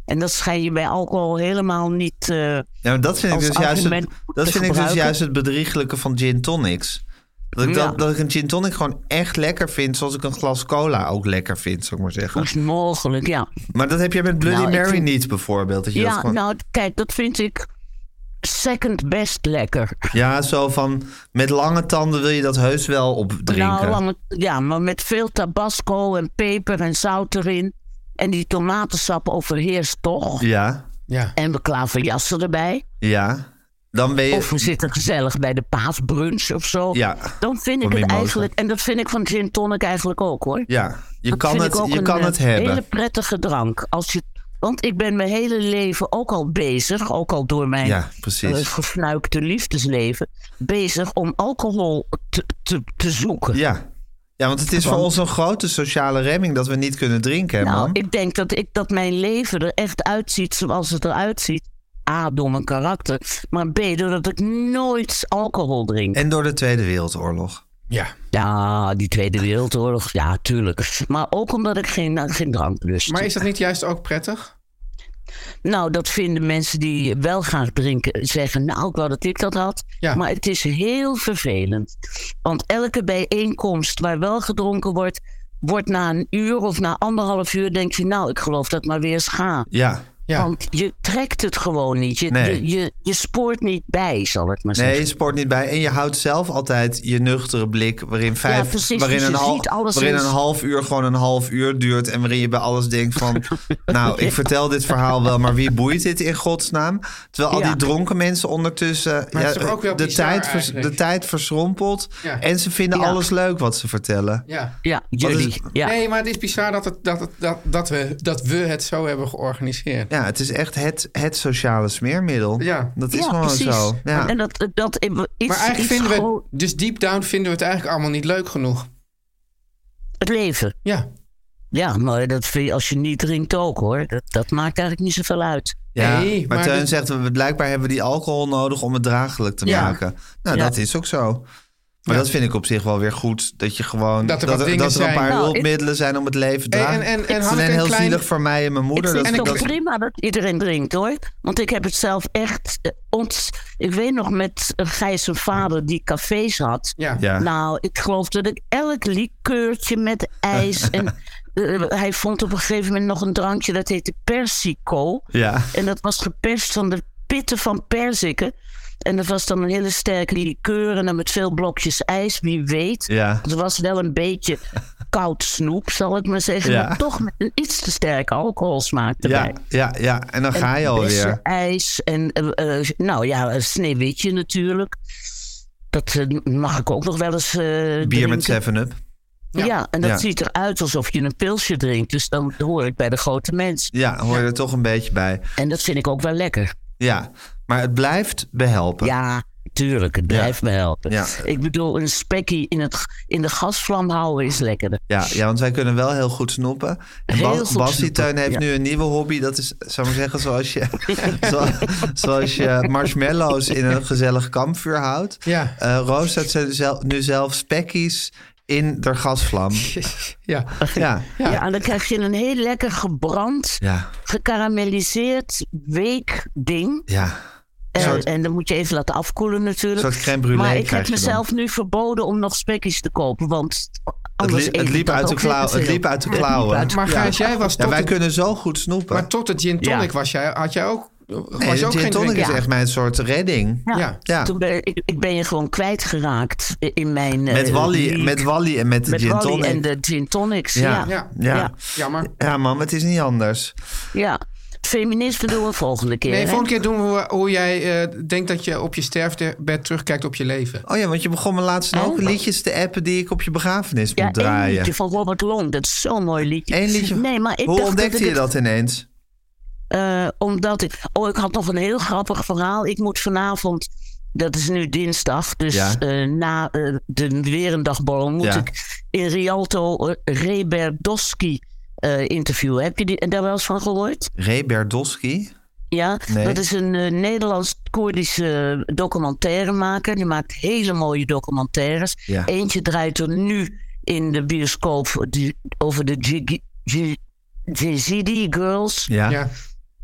Speaker 4: En dat schijn je bij alcohol helemaal niet... eh,
Speaker 6: Ja, maar dat vind ik,
Speaker 4: Als
Speaker 6: dus juist, het,
Speaker 4: argument om
Speaker 6: dat
Speaker 4: te
Speaker 6: vind ik dus
Speaker 4: gebruiken.
Speaker 6: juist het bedriegelijke van gin tonics. Dat ik,
Speaker 4: Ja.
Speaker 6: dat, dat ik een gin tonic gewoon echt lekker vind, zoals ik een glas cola ook lekker vind, zou ik maar
Speaker 4: hoe
Speaker 6: zeggen.
Speaker 4: is het mogelijk, ja.
Speaker 6: Maar dat heb jij met Bloody
Speaker 4: Nou, ik
Speaker 6: Mary
Speaker 4: vind-
Speaker 6: niet bijvoorbeeld. Dat je dat
Speaker 4: Ja,
Speaker 6: gewoon...
Speaker 4: nou, kijk, dat vind ik second best lekker.
Speaker 6: ja, zo van met lange tanden wil je dat heus wel opdrinken.
Speaker 4: Nou, lange- ja, maar met veel tabasco en peper en zout erin. En die tomatensap overheerst toch.
Speaker 6: Ja,
Speaker 5: Ja.
Speaker 4: En we klaverjassen erbij.
Speaker 6: ja. Dan ben je...
Speaker 4: Of we zitten gezellig bij de paasbrunch of zo.
Speaker 6: Ja.
Speaker 4: Dan vind ik
Speaker 6: Wat
Speaker 4: het
Speaker 6: mimosa.
Speaker 4: eigenlijk... En dat vind ik van gin tonic eigenlijk ook, hoor.
Speaker 6: Ja, je
Speaker 4: Dat
Speaker 6: kan
Speaker 4: vind
Speaker 6: het-
Speaker 4: ik ook
Speaker 6: je
Speaker 4: een,
Speaker 6: kan
Speaker 4: eh,
Speaker 6: het hebben.
Speaker 4: hele prettige drank. Als je, want ik ben mijn hele leven ook al bezig, ook al door mijn
Speaker 6: Ja, precies.
Speaker 4: eh, gefnuikte liefdesleven, bezig om alcohol te, te, te zoeken.
Speaker 6: Ja. ja, want het is voor
Speaker 4: Want-
Speaker 6: ons een grote sociale remming dat we niet kunnen drinken, hè,
Speaker 4: Nou,
Speaker 6: man.
Speaker 4: ik denk dat, ik, dat mijn leven er echt uitziet zoals het eruit ziet. A, door mijn karakter. Maar B, doordat ik nooit alcohol drink.
Speaker 6: En door de Tweede Wereldoorlog.
Speaker 5: Ja.
Speaker 4: Ja, die Tweede Wereldoorlog, ja, tuurlijk. Maar ook omdat ik geen, eh, geen drank lust.
Speaker 5: Maar is dat niet juist ook prettig?
Speaker 4: Nou, dat vinden mensen die wel graag drinken, zeggen, nou, ik wou dat ik dat had.
Speaker 5: Ja.
Speaker 4: Maar het is heel vervelend. Want elke bijeenkomst waar wel gedronken wordt, wordt na een uur of na anderhalf uur, denk je, nou, ik geloof dat maar weer eens ga.
Speaker 6: Ja.
Speaker 5: Ja.
Speaker 4: Want je trekt het gewoon niet. Je,
Speaker 6: Nee.
Speaker 4: je, je, je spoort niet bij, zal ik maar
Speaker 6: Nee,
Speaker 4: zeggen.
Speaker 6: je sport niet bij. En je houdt zelf altijd je nuchtere blik. Waarin, vijf,
Speaker 4: precies,
Speaker 6: waarin,
Speaker 4: dus
Speaker 6: een,
Speaker 4: je
Speaker 6: hal-
Speaker 4: ziet alles
Speaker 6: waarin
Speaker 4: is-
Speaker 6: een half uur gewoon een half uur duurt. En waarin je bij alles denkt van... nou, ik vertel dit verhaal wel, maar wie boeit dit in godsnaam? Terwijl al
Speaker 4: Ja.
Speaker 6: die dronken mensen ondertussen...
Speaker 5: Maar het is toch ook wel
Speaker 6: de,
Speaker 5: bizar
Speaker 6: tijd vers-
Speaker 5: eigenlijk?
Speaker 6: de tijd verschrompelt.
Speaker 5: Ja.
Speaker 6: En ze vinden
Speaker 4: Ja.
Speaker 6: alles leuk wat ze vertellen.
Speaker 5: Ja.
Speaker 4: Ja, jullie.
Speaker 6: is-
Speaker 4: ja.
Speaker 5: Nee, maar het is bizar dat, het, dat, het, dat, dat, we, dat we het zo hebben georganiseerd.
Speaker 6: Ja, het is echt het, het sociale smeermiddel.
Speaker 5: Ja.
Speaker 6: Dat is
Speaker 4: Ja,
Speaker 6: gewoon
Speaker 4: precies.
Speaker 6: zo. Ja.
Speaker 4: En dat, dat iets,
Speaker 5: maar eigenlijk
Speaker 4: iets
Speaker 5: vinden we,
Speaker 4: gro-
Speaker 5: dus deep down vinden we het eigenlijk allemaal niet leuk genoeg.
Speaker 4: het leven.
Speaker 5: Ja.
Speaker 4: Ja, maar dat vind je als je niet drinkt ook hoor. Dat, dat maakt eigenlijk niet zoveel uit.
Speaker 6: Ja,
Speaker 5: Nee,
Speaker 6: maar,
Speaker 5: maar
Speaker 6: Teun
Speaker 5: dit-
Speaker 6: zegt, we- blijkbaar hebben we die alcohol nodig om het draaglijk te
Speaker 5: Ja.
Speaker 6: maken. Nou,
Speaker 4: Ja.
Speaker 6: dat is ook zo. Maar
Speaker 5: Ja.
Speaker 6: dat vind ik op zich wel weer goed. Dat je gewoon.
Speaker 5: Dat er wat dingen
Speaker 6: dat er een
Speaker 5: zijn.
Speaker 6: paar
Speaker 4: Nou, ik-
Speaker 6: hulpmiddelen zijn om het leven te
Speaker 5: Hey,
Speaker 6: dragen.
Speaker 5: en- en- en
Speaker 6: Het
Speaker 5: had
Speaker 6: is
Speaker 5: ik
Speaker 6: alleen
Speaker 5: een
Speaker 6: heel
Speaker 5: klein-
Speaker 6: zielig voor mij en mijn moeder.
Speaker 4: ik vind
Speaker 6: Dat, ik
Speaker 4: het
Speaker 6: dat,
Speaker 4: toch prima dat iedereen drinkt hoor. Want ik heb het zelf echt. eh, ont... Ik weet nog met eh, Gijs' zijn vader die cafés had.
Speaker 5: Ja.
Speaker 6: Ja.
Speaker 4: Nou, ik geloof dat ik elk likeurtje met ijs. en eh, hij vond op een gegeven moment nog een drankje dat heette Persico.
Speaker 6: ja.
Speaker 4: En dat was geperst van de pitten van perziken. En dat was dan een hele sterke likeur en dan met veel blokjes ijs, wie weet.
Speaker 6: Ja.
Speaker 4: Het was wel een beetje koud snoep, zal ik maar zeggen.
Speaker 6: Ja.
Speaker 4: Maar toch met een iets te sterke alcoholsmaak erbij.
Speaker 6: Ja, ja, ja, en dan ga je alweer.
Speaker 4: Bessen, ijs en, eh, eh, nou ja, een sneeuwwitje natuurlijk. Dat eh, mag ik ook nog wel eens eh,
Speaker 6: Bier
Speaker 4: drinken.
Speaker 6: met 7-up.
Speaker 4: Ja. en dat
Speaker 6: Ja.
Speaker 4: ziet eruit alsof je een pilsje drinkt. Dus dan hoor ik bij de grote mens.
Speaker 6: Ja, hoor je er toch een beetje bij.
Speaker 4: En dat vind ik ook wel lekker.
Speaker 6: Ja, maar het blijft behelpen.
Speaker 4: Ja, tuurlijk. Het blijft me helpen.
Speaker 6: Ja.
Speaker 4: Ik bedoel, een spekkie in, het, in de gasvlam houden is lekkerder.
Speaker 6: Ja, ja, want wij kunnen wel heel goed snoepen. En
Speaker 4: Heel
Speaker 6: Bas,
Speaker 4: goed
Speaker 6: Bassie
Speaker 4: snoepen,
Speaker 6: Teun heeft
Speaker 4: ja.
Speaker 6: nu een nieuwe hobby. Dat is, zou ik maar zeggen, zoals je, zo- zoals je marshmallows in een gezellig kampvuur houdt.
Speaker 5: Ja.
Speaker 6: Eh, Roos zet ze zel- nu zelf spekkies in de gasvlam.
Speaker 5: Ja.
Speaker 6: Ja,
Speaker 4: Ja. en dan krijg je een heel lekker gebrand,
Speaker 6: ja,
Speaker 4: gekarameliseerd, week ding.
Speaker 6: ja.
Speaker 4: En,
Speaker 6: soort-
Speaker 4: en dan moet je even laten afkoelen natuurlijk.
Speaker 6: Een soort crème brûlée
Speaker 4: maar ik
Speaker 6: krijg
Speaker 4: heb
Speaker 6: je dan.
Speaker 4: mezelf nu verboden om nog spekkies te kopen, want
Speaker 6: Het,
Speaker 4: anders
Speaker 6: li- het
Speaker 4: eet ik
Speaker 6: liep
Speaker 4: dat
Speaker 6: uit de
Speaker 4: ook weer
Speaker 6: klauw-
Speaker 4: te
Speaker 6: het
Speaker 4: veel.
Speaker 6: liep uit de
Speaker 4: Het liep
Speaker 6: klauwen.
Speaker 4: uit-
Speaker 5: Maar
Speaker 6: Ja.
Speaker 5: Gijs, jij was
Speaker 6: Ja,
Speaker 5: tot
Speaker 6: wij
Speaker 5: de-
Speaker 6: kunnen zo goed snoepen.
Speaker 5: Maar tot het gin tonic
Speaker 4: Ja.
Speaker 5: was jij, had jij ook, was
Speaker 6: Nee,
Speaker 5: je ook
Speaker 6: de gin
Speaker 5: geen
Speaker 6: tonic is
Speaker 5: drinker?
Speaker 6: echt mijn soort redding.
Speaker 5: Ja.
Speaker 6: Ja.
Speaker 4: Toen ben ik, ik ben je gewoon kwijtgeraakt in mijn...
Speaker 6: Met
Speaker 4: eh,
Speaker 6: Wally,
Speaker 4: league.
Speaker 6: met Wally en met de
Speaker 4: Met
Speaker 6: gin
Speaker 4: Wally
Speaker 6: tonic.
Speaker 4: en de gin tonics.
Speaker 6: Ja.
Speaker 5: Ja.
Speaker 6: Ja.
Speaker 5: Jammer.
Speaker 6: ja, man, het is niet anders.
Speaker 4: Ja, feminisme doen we volgende keer.
Speaker 5: Nee,
Speaker 4: hè?
Speaker 5: volgende keer doen we hoe, hoe jij eh, denkt dat je op je sterfbed terugkijkt op je leven.
Speaker 6: Oh ja, want je begon me laatst nog
Speaker 4: Oh.
Speaker 6: liedjes te appen die ik op je begrafenis
Speaker 4: ja,
Speaker 6: moet
Speaker 4: één
Speaker 6: draaien.
Speaker 4: liedje van Robert Long. Dat is zo'n mooi liedje.
Speaker 6: Eén liedje.
Speaker 4: Nee, maar ik
Speaker 6: Hoe
Speaker 4: dacht
Speaker 6: ontdekte
Speaker 4: dat ik
Speaker 6: je
Speaker 4: het,
Speaker 6: dat ineens?
Speaker 4: eh, omdat ik... Oh, ik had nog een heel grappig verhaal. Ik moet vanavond... Dat is nu dinsdag. Dus
Speaker 6: Ja.
Speaker 4: eh, na eh, de Werendagborrel moet
Speaker 6: Ja.
Speaker 4: ik in Rialto eh, Reberdowski eh, interviewen. Heb je die, daar wel eens van gehoord?
Speaker 6: Ray Berdowski?
Speaker 4: Ja,
Speaker 6: Nee.
Speaker 4: dat is een eh, Nederlands-Koerdische documentairemaker. Die maakt hele mooie documentaires.
Speaker 6: Ja.
Speaker 4: Eentje draait er nu in de bioscoop die, over de Jigi- Ji- Jezidi Girls,
Speaker 6: Ja.
Speaker 5: Ja.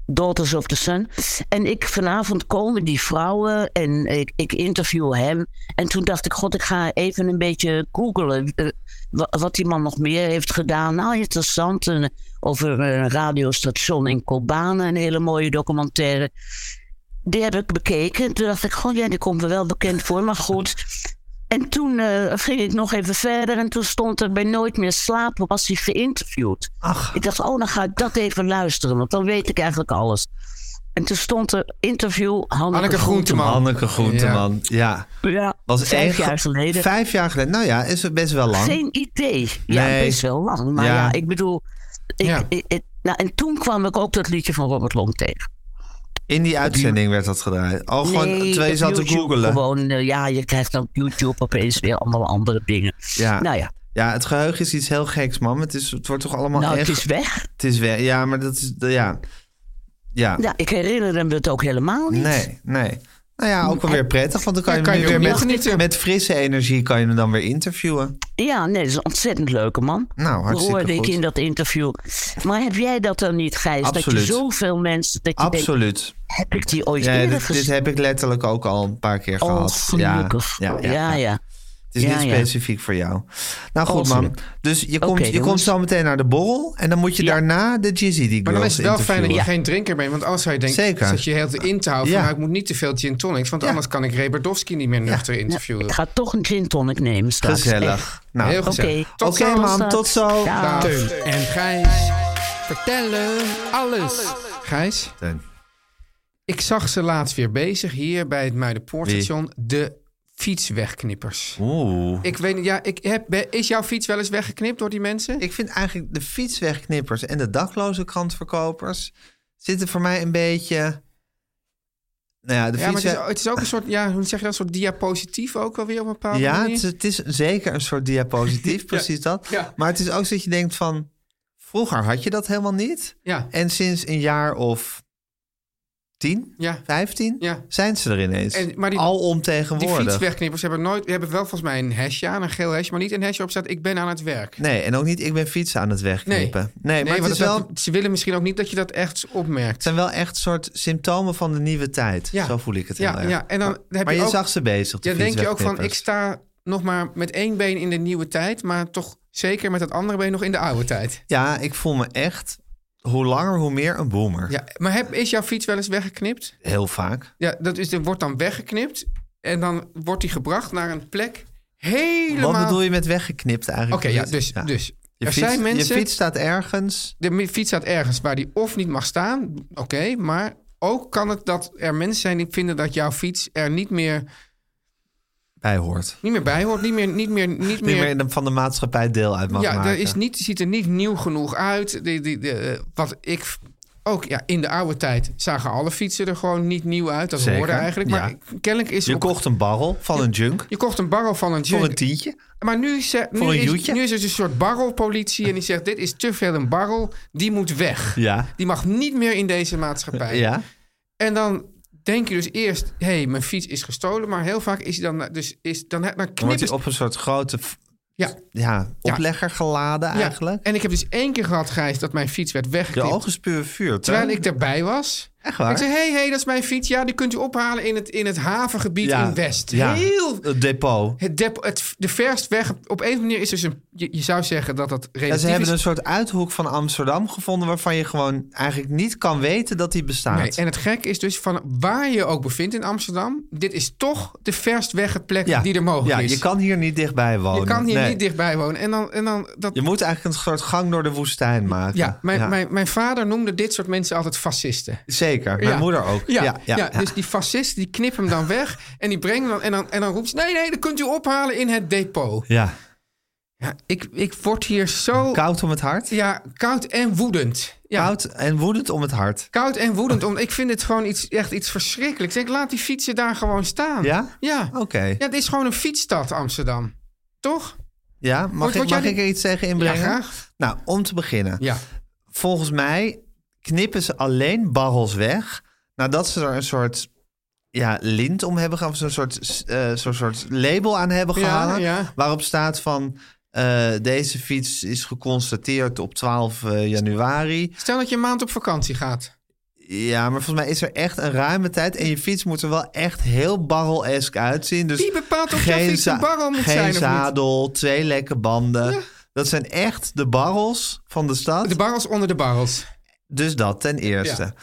Speaker 4: Daughters of the Sun. En ik vanavond komen die vrouwen en ik, ik interview hem. En toen dacht ik, god, ik ga even een beetje googlen eh, wa- wat die man nog meer heeft gedaan. Nou, interessant. En, eh, over een radiostation in Kobane, een hele mooie documentaire. Die heb ik bekeken. Toen dacht ik, goh, ja, die komt me wel bekend voor, maar goed. En toen eh, ging ik nog even verder en toen stond er bij Nooit meer slapen, was hij geïnterviewd.
Speaker 6: Ach.
Speaker 4: Ik dacht, oh, dan ga ik dat even luisteren, want dan weet ik eigenlijk alles. En toen stond er interview Hanneke,
Speaker 5: Hanneke Groenteman.
Speaker 6: Hanneke Groenteman, ja.
Speaker 4: Ja,
Speaker 6: Was
Speaker 4: vijf
Speaker 6: één ge-
Speaker 4: jaar geleden.
Speaker 6: Vijf jaar geleden. Nou ja, is het best wel lang.
Speaker 4: Geen idee. Ja,
Speaker 6: Nee.
Speaker 4: best wel lang. Maar
Speaker 6: Ja.
Speaker 4: ja, ik bedoel... Ik,
Speaker 5: Ja.
Speaker 4: ik- ik- nou, en toen kwam ik ook dat liedje van Robert Long tegen.
Speaker 6: In die uitzending werd dat gedraaid. Al gewoon
Speaker 4: Nee,
Speaker 6: terwijl je
Speaker 4: op
Speaker 6: zat te
Speaker 4: YouTube
Speaker 6: googelen.
Speaker 4: Gewoon, eh, ja, je krijgt dan op YouTube opeens weer allemaal andere dingen.
Speaker 6: Ja.
Speaker 4: Nou ja,
Speaker 6: Ja, het geheugen is iets heel geks, man. Het, is, het wordt toch allemaal
Speaker 4: nou,
Speaker 6: echt...
Speaker 4: het is weg.
Speaker 6: Het is weg. Ja, maar dat is... Ja. Ja.
Speaker 4: Ja, ik herinner me het ook helemaal niet.
Speaker 6: Ah. Nee, nee. Nou ja, ook wel weer prettig. Want dan kan
Speaker 5: Ja,
Speaker 6: je,
Speaker 5: kan
Speaker 6: hem
Speaker 5: je
Speaker 6: weer
Speaker 5: weer
Speaker 6: met,
Speaker 5: meegenieten.
Speaker 6: met frisse energie kan je hem dan weer interviewen.
Speaker 4: Ja, nee, dat is een ontzettend leuke man.
Speaker 6: Nou, hartstikke
Speaker 4: hoorde
Speaker 6: goed.
Speaker 4: ik in dat interview. Maar heb jij dat dan niet, Gijs? Dat
Speaker 6: Absoluut.
Speaker 4: je zoveel mensen... Dat je denkt,
Speaker 6: Absoluut.
Speaker 4: heb ik die ooit
Speaker 6: Ja,
Speaker 4: eerder
Speaker 6: dit, dit
Speaker 4: gezien?
Speaker 6: heb ik letterlijk ook al een paar keer
Speaker 4: Oh,
Speaker 6: gehad. Ja,
Speaker 4: gelukkig.
Speaker 6: Ja, ja, ja. Het is
Speaker 4: Ja,
Speaker 6: niet
Speaker 4: ja.
Speaker 6: specifiek voor jou. Nou goed, man.
Speaker 4: Ongelukkig.
Speaker 6: Dus je komt, je
Speaker 4: jongens.
Speaker 6: komt zo meteen naar de borrel. En dan moet je
Speaker 4: Ja.
Speaker 6: daarna de Jizzy die
Speaker 5: Maar dan is
Speaker 6: Girls
Speaker 5: het wel fijn dat je
Speaker 6: interviewen.
Speaker 5: geen drinker bent. Want anders zou je denken,
Speaker 6: Zeker.
Speaker 5: zit je heel te in te houden.
Speaker 6: Ja.
Speaker 5: Van, nou, ik moet niet te veel gin tonics. Want
Speaker 6: Ja.
Speaker 5: anders kan ik Reberdowski niet meer nuchter interviewen.
Speaker 4: Ik ga toch een gin tonic nemen straks. Echt.
Speaker 6: Gezellig. Nou,
Speaker 5: Heel
Speaker 6: oké,
Speaker 5: goed.
Speaker 4: Oké,
Speaker 5: Tot zo.
Speaker 6: man. Tot zo.
Speaker 4: Dag.
Speaker 5: Dag.
Speaker 4: Teun
Speaker 5: Teun en Gijs vertellen alles. Gijs,
Speaker 6: Teun.
Speaker 5: ik zag ze laatst weer bezig hier bij het Muidenpoortstation. De fietswegknippers.
Speaker 6: Oeh.
Speaker 5: Ik weet niet, ja, ik heb, is jouw fiets wel eens weggeknipt door die mensen?
Speaker 6: Ik vind eigenlijk de fietswegknippers en de dakloze krantverkopers zitten voor mij een beetje. Nou ja, de
Speaker 5: ja, maar
Speaker 6: fietsweg...
Speaker 5: het is, het is ook een soort, ja, hoe zeg je dat, een soort diapositief ook wel weer op een bepaalde
Speaker 6: Ja,
Speaker 5: manier.
Speaker 6: het is, het is zeker een soort diapositief, precies dat.
Speaker 5: ja.
Speaker 6: Maar het is ook zo dat je denkt van... Vroeger had je dat helemaal niet.
Speaker 5: Ja,
Speaker 6: En sinds een jaar of tien,
Speaker 5: ja.
Speaker 6: vijftien...
Speaker 5: Ja.
Speaker 6: zijn ze er ineens.
Speaker 5: En- maar die-
Speaker 6: Al
Speaker 5: Die
Speaker 6: ontegenwoordig.
Speaker 5: fietswegknippers hebben nooit, hebben wel volgens mij een hesje aan, een geel hesje, maar niet een hesje op staat. Ik ben aan het werk.
Speaker 6: Nee, en ook niet ik ben fietsen aan het wegknippen. Nee, maar het,
Speaker 5: want
Speaker 6: is wel,
Speaker 5: dat- ze willen misschien ook niet dat je dat echt
Speaker 6: het
Speaker 5: opmerkt.
Speaker 6: zijn wel echt soort symptomen van de nieuwe tijd.
Speaker 5: Ja.
Speaker 6: Zo voel ik het
Speaker 5: Ja,
Speaker 6: heel erg.
Speaker 5: ja, en dan
Speaker 6: maar
Speaker 5: heb
Speaker 6: maar
Speaker 5: je
Speaker 6: je
Speaker 5: ook-
Speaker 6: zag ze bezig, de
Speaker 5: Ja, denk je ook van, ik
Speaker 6: fietswegknippers.
Speaker 5: sta nog maar met één been in de nieuwe tijd, maar toch zeker met dat andere been nog in de oude tijd.
Speaker 6: Ja, ik voel me echt hoe langer hoe meer een boomer.
Speaker 5: Ja, maar heb, is jouw fiets wel eens weggeknipt?
Speaker 6: Heel vaak.
Speaker 5: Ja, dat is, er wordt dan weggeknipt en dan wordt die gebracht naar een plek helemaal...
Speaker 6: Wat bedoel je met weggeknipt
Speaker 5: Oké,
Speaker 6: eigenlijk?
Speaker 5: ja, dus, dus
Speaker 6: Je,
Speaker 5: er
Speaker 6: fiets,
Speaker 5: zijn mensen...
Speaker 6: je fiets staat ergens.
Speaker 5: De mi- fiets staat ergens waar die of niet mag staan. Oké, maar ook kan het dat er mensen zijn die vinden dat jouw fiets er niet meer,
Speaker 6: Bij hoort.
Speaker 5: niet meer bij hoort. Niet meer, niet meer, niet
Speaker 6: Niet meer
Speaker 5: meer.
Speaker 6: in de- van de maatschappij deel uit mag
Speaker 5: Ja,
Speaker 6: maken.
Speaker 5: er is niet, ziet er niet nieuw genoeg uit. Die, die, de, eh, wat ik. v- Ook ja, in de oude tijd zagen alle fietsen er gewoon niet nieuw uit. Dat
Speaker 6: Zeker,
Speaker 5: hoorde eigenlijk. Maar
Speaker 6: ja.
Speaker 5: kennelijk is
Speaker 6: Je
Speaker 5: op-
Speaker 6: kocht een barrel van een junk
Speaker 5: je kocht een barrel van een
Speaker 6: voor
Speaker 5: junk.
Speaker 6: een tientje.
Speaker 5: Maar nu, ze-
Speaker 6: Voor
Speaker 5: nu,
Speaker 6: een
Speaker 5: is,
Speaker 6: joetje?
Speaker 5: nu is er dus een soort barrelpolitie en die zegt: Dit is te veel een barrel, die moet weg.
Speaker 6: Ja.
Speaker 5: Die mag niet meer in deze maatschappij.
Speaker 6: Ja.
Speaker 5: En dan denk je dus eerst, hé, hey, mijn fiets is gestolen. Maar heel vaak is hij dan, dus is, dan, dan
Speaker 6: Dan wordt
Speaker 5: knippen
Speaker 6: je
Speaker 5: ze...
Speaker 6: op een soort grote f-
Speaker 5: Ja,
Speaker 6: ja,
Speaker 5: Ja.
Speaker 6: oplegger geladen
Speaker 5: ja.
Speaker 6: eigenlijk.
Speaker 5: En ik heb dus één keer gehad, Gijs, dat mijn fiets werd
Speaker 6: Je
Speaker 5: weggeknipt.
Speaker 6: ogen spuwen vuur.
Speaker 5: Terwijl
Speaker 6: Teun.
Speaker 5: ik daarbij was.
Speaker 6: Echt waar?
Speaker 5: Ik zei, hé, hey, hey, dat is mijn fiets. Ja, die kunt u ophalen in het, in het havengebied
Speaker 6: Ja.
Speaker 5: in West.
Speaker 6: Ja.
Speaker 5: Heel...
Speaker 6: Het depot.
Speaker 5: Het dep- het, de verst weg, op een of andere manier is dus een... Je, je zou zeggen dat dat relatief
Speaker 6: Ja, ze hebben
Speaker 5: is.
Speaker 6: een soort uithoek van Amsterdam gevonden... waarvan je gewoon eigenlijk niet kan weten dat die bestaat.
Speaker 5: Nee, en het gekke is dus van waar je je ook bevindt in Amsterdam... dit is toch de verst weg plek die er mogelijk
Speaker 6: ja,
Speaker 5: is.
Speaker 6: Je kan hier niet dichtbij wonen.
Speaker 5: je kan hier
Speaker 6: Nee.
Speaker 5: niet dichtbij wonen. En dan, en dan dat,
Speaker 6: Je moet eigenlijk een soort gang door de woestijn maken.
Speaker 5: Ja, mijn, Mijn, mijn vader noemde dit soort mensen altijd fascisten.
Speaker 6: Zeker, mijn
Speaker 5: Ja.
Speaker 6: moeder ook.
Speaker 5: Ja, ja, dus die fascisten die knippen hem dan weg en die brengen hem dan en dan en dan roept ze nee nee, dat kunt u ophalen in het depot.
Speaker 6: Ja.
Speaker 5: Ja, ik, ik word hier zo
Speaker 6: Koud om het hart.
Speaker 5: Oh. ja koud en woedend. Ja,
Speaker 6: Koud en woedend om het hart.
Speaker 5: koud en woedend. Omdat ik vind het gewoon iets echt iets verschrikkelijks. Ik denk laat die fietsen daar gewoon staan.
Speaker 6: Ja?
Speaker 5: Ja.
Speaker 6: Oké.
Speaker 5: Ja, het is gewoon een fietsstad Amsterdam, toch?
Speaker 6: Ja, mag,
Speaker 5: Wordt-
Speaker 6: ik,
Speaker 5: wordt
Speaker 6: mag
Speaker 5: jij
Speaker 6: ik
Speaker 5: die-
Speaker 6: er iets tegen inbrengen?
Speaker 5: Ja, graag.
Speaker 6: Nou, om te beginnen.
Speaker 5: Ja.
Speaker 6: Volgens mij knippen ze alleen barrels weg... nadat ze er een soort ja, lint om hebben gehangen... of zo'n soort, eh, zo'n soort label aan hebben
Speaker 5: Ja,
Speaker 6: gehangen...
Speaker 5: ja.
Speaker 6: waarop staat van... eh, deze fiets is geconstateerd op 12 eh, januari.
Speaker 5: Stel dat je een maand op vakantie gaat.
Speaker 6: Ja, maar volgens mij is er echt een ruime tijd. En je fiets moet er wel echt heel barrel-esque uitzien. Dus
Speaker 5: Wie bepaalt of jouw
Speaker 6: geen
Speaker 5: fiets een
Speaker 6: za-
Speaker 5: barrel moet
Speaker 6: geen
Speaker 5: zijn of niet?
Speaker 6: zadel, twee lekke banden.
Speaker 5: Ja.
Speaker 6: Dat zijn echt de barrels van de stad.
Speaker 5: De barrels onder de barrels.
Speaker 6: dus dat ten eerste.
Speaker 5: Ja.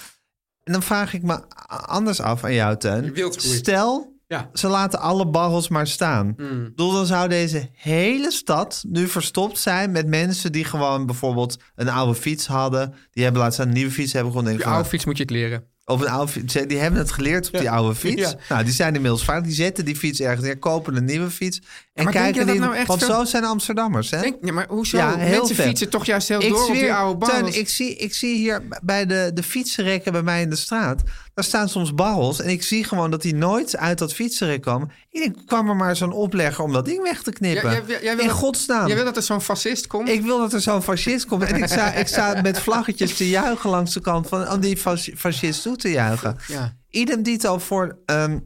Speaker 6: En dan vraag ik me a- anders af aan jou,
Speaker 5: Je
Speaker 6: Teun.
Speaker 5: wildgroei.
Speaker 6: Stel,
Speaker 5: Ja. Mm.
Speaker 6: ze laten alle barrels maar staan. Ik bedoel, dan zou deze hele stad nu verstopt zijn met mensen die gewoon bijvoorbeeld een oude fiets hadden. Die hebben laatst aan een nieuwe fiets hebben gewoon denken
Speaker 5: Je
Speaker 6: van,
Speaker 5: oude fiets moet je het leren.
Speaker 6: Op een oude fiets. Ze- Die hebben het geleerd op die oude fiets.
Speaker 5: Ja.
Speaker 6: Nou, die zijn inmiddels vaak. Die zetten die fiets ergens neer, kopen een nieuwe fiets. En
Speaker 5: maar denk je
Speaker 6: kijken
Speaker 5: dat dat
Speaker 6: niet-
Speaker 5: nou echt
Speaker 6: Want
Speaker 5: veel-
Speaker 6: zo zijn Amsterdammers, hè?
Speaker 5: Denk, ja, maar hoezo?
Speaker 6: Ja, heel
Speaker 5: Mensen
Speaker 6: vet.
Speaker 5: fietsen toch juist heel door op die
Speaker 6: zweer,
Speaker 5: oude baan.
Speaker 6: Teun,
Speaker 5: Want-
Speaker 6: ik, zie, ik zie hier b- bij de, de fietsenrekken bij mij in de straat. Daar staan soms barrels. En ik zie gewoon dat die nooit uit dat fietsenrek kwam. Ik denk, kwam er maar zo'n oplegger om dat ding weg te knippen.
Speaker 5: Jij- jij- jij wil
Speaker 6: in
Speaker 5: dat-
Speaker 6: godsnaam.
Speaker 5: Jij wil dat er zo'n fascist komt?
Speaker 6: Ik wil dat er zo'n fascist komt. En ik sta, ik sta met vlaggetjes te juichen langs de kant van, om die fas- fascist toe te juichen.
Speaker 5: Ja.
Speaker 6: Idem dito voor... ehm,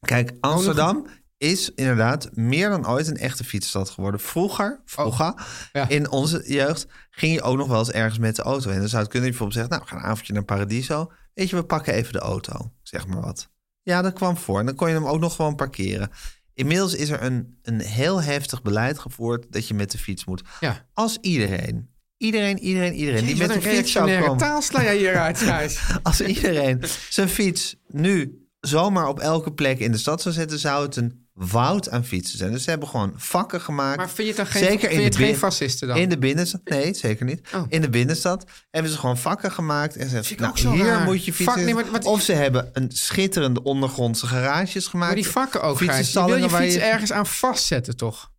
Speaker 6: kijk, Amsterdam is inderdaad meer dan ooit een echte fietsstad geworden. Vroeger, vroeger
Speaker 5: Oh, ja.
Speaker 6: in onze jeugd, ging je ook nog wel eens ergens met de auto heen. Dan zou het kunnen dat je bijvoorbeeld zegt, nou, we gaan een avondje naar Paradiso. Weet je, we pakken even de auto, zeg maar wat. Ja, dat kwam voor. En dan kon je hem ook nog gewoon parkeren. Inmiddels is er een, een heel heftig beleid gevoerd dat je met de fiets moet.
Speaker 5: Ja.
Speaker 6: Als iedereen, iedereen, iedereen, iedereen
Speaker 5: Jezus,
Speaker 6: die
Speaker 5: wat
Speaker 6: met de
Speaker 5: een
Speaker 6: fiets zou
Speaker 5: reactionaire
Speaker 6: komen
Speaker 5: taal sla jij hier uit, Gijs.
Speaker 6: als iedereen zijn fiets nu zomaar op elke plek in de stad zou zetten, zou het een woud aan fietsen zijn. Dus ze hebben gewoon vakken gemaakt.
Speaker 5: Maar vind je het dan geen- vind je het
Speaker 6: bin-
Speaker 5: geen fascisten dan?
Speaker 6: In de binnenstad? Nee, zeker niet.
Speaker 5: Oh.
Speaker 6: In de binnenstad hebben ze gewoon vakken gemaakt en zeggen:
Speaker 5: Vind ik ook
Speaker 6: nou,
Speaker 5: zo
Speaker 6: hier
Speaker 5: raar.
Speaker 6: moet je fietsen.
Speaker 5: Vak- nee, maar- maar-
Speaker 6: of ze hebben een schitterende ondergrondse garages gemaakt.
Speaker 5: Maar die vakken ook, Gijs. Je wil
Speaker 6: Fietsenstallingen
Speaker 5: je
Speaker 6: waar
Speaker 5: fiets ergens aan vastzetten, toch?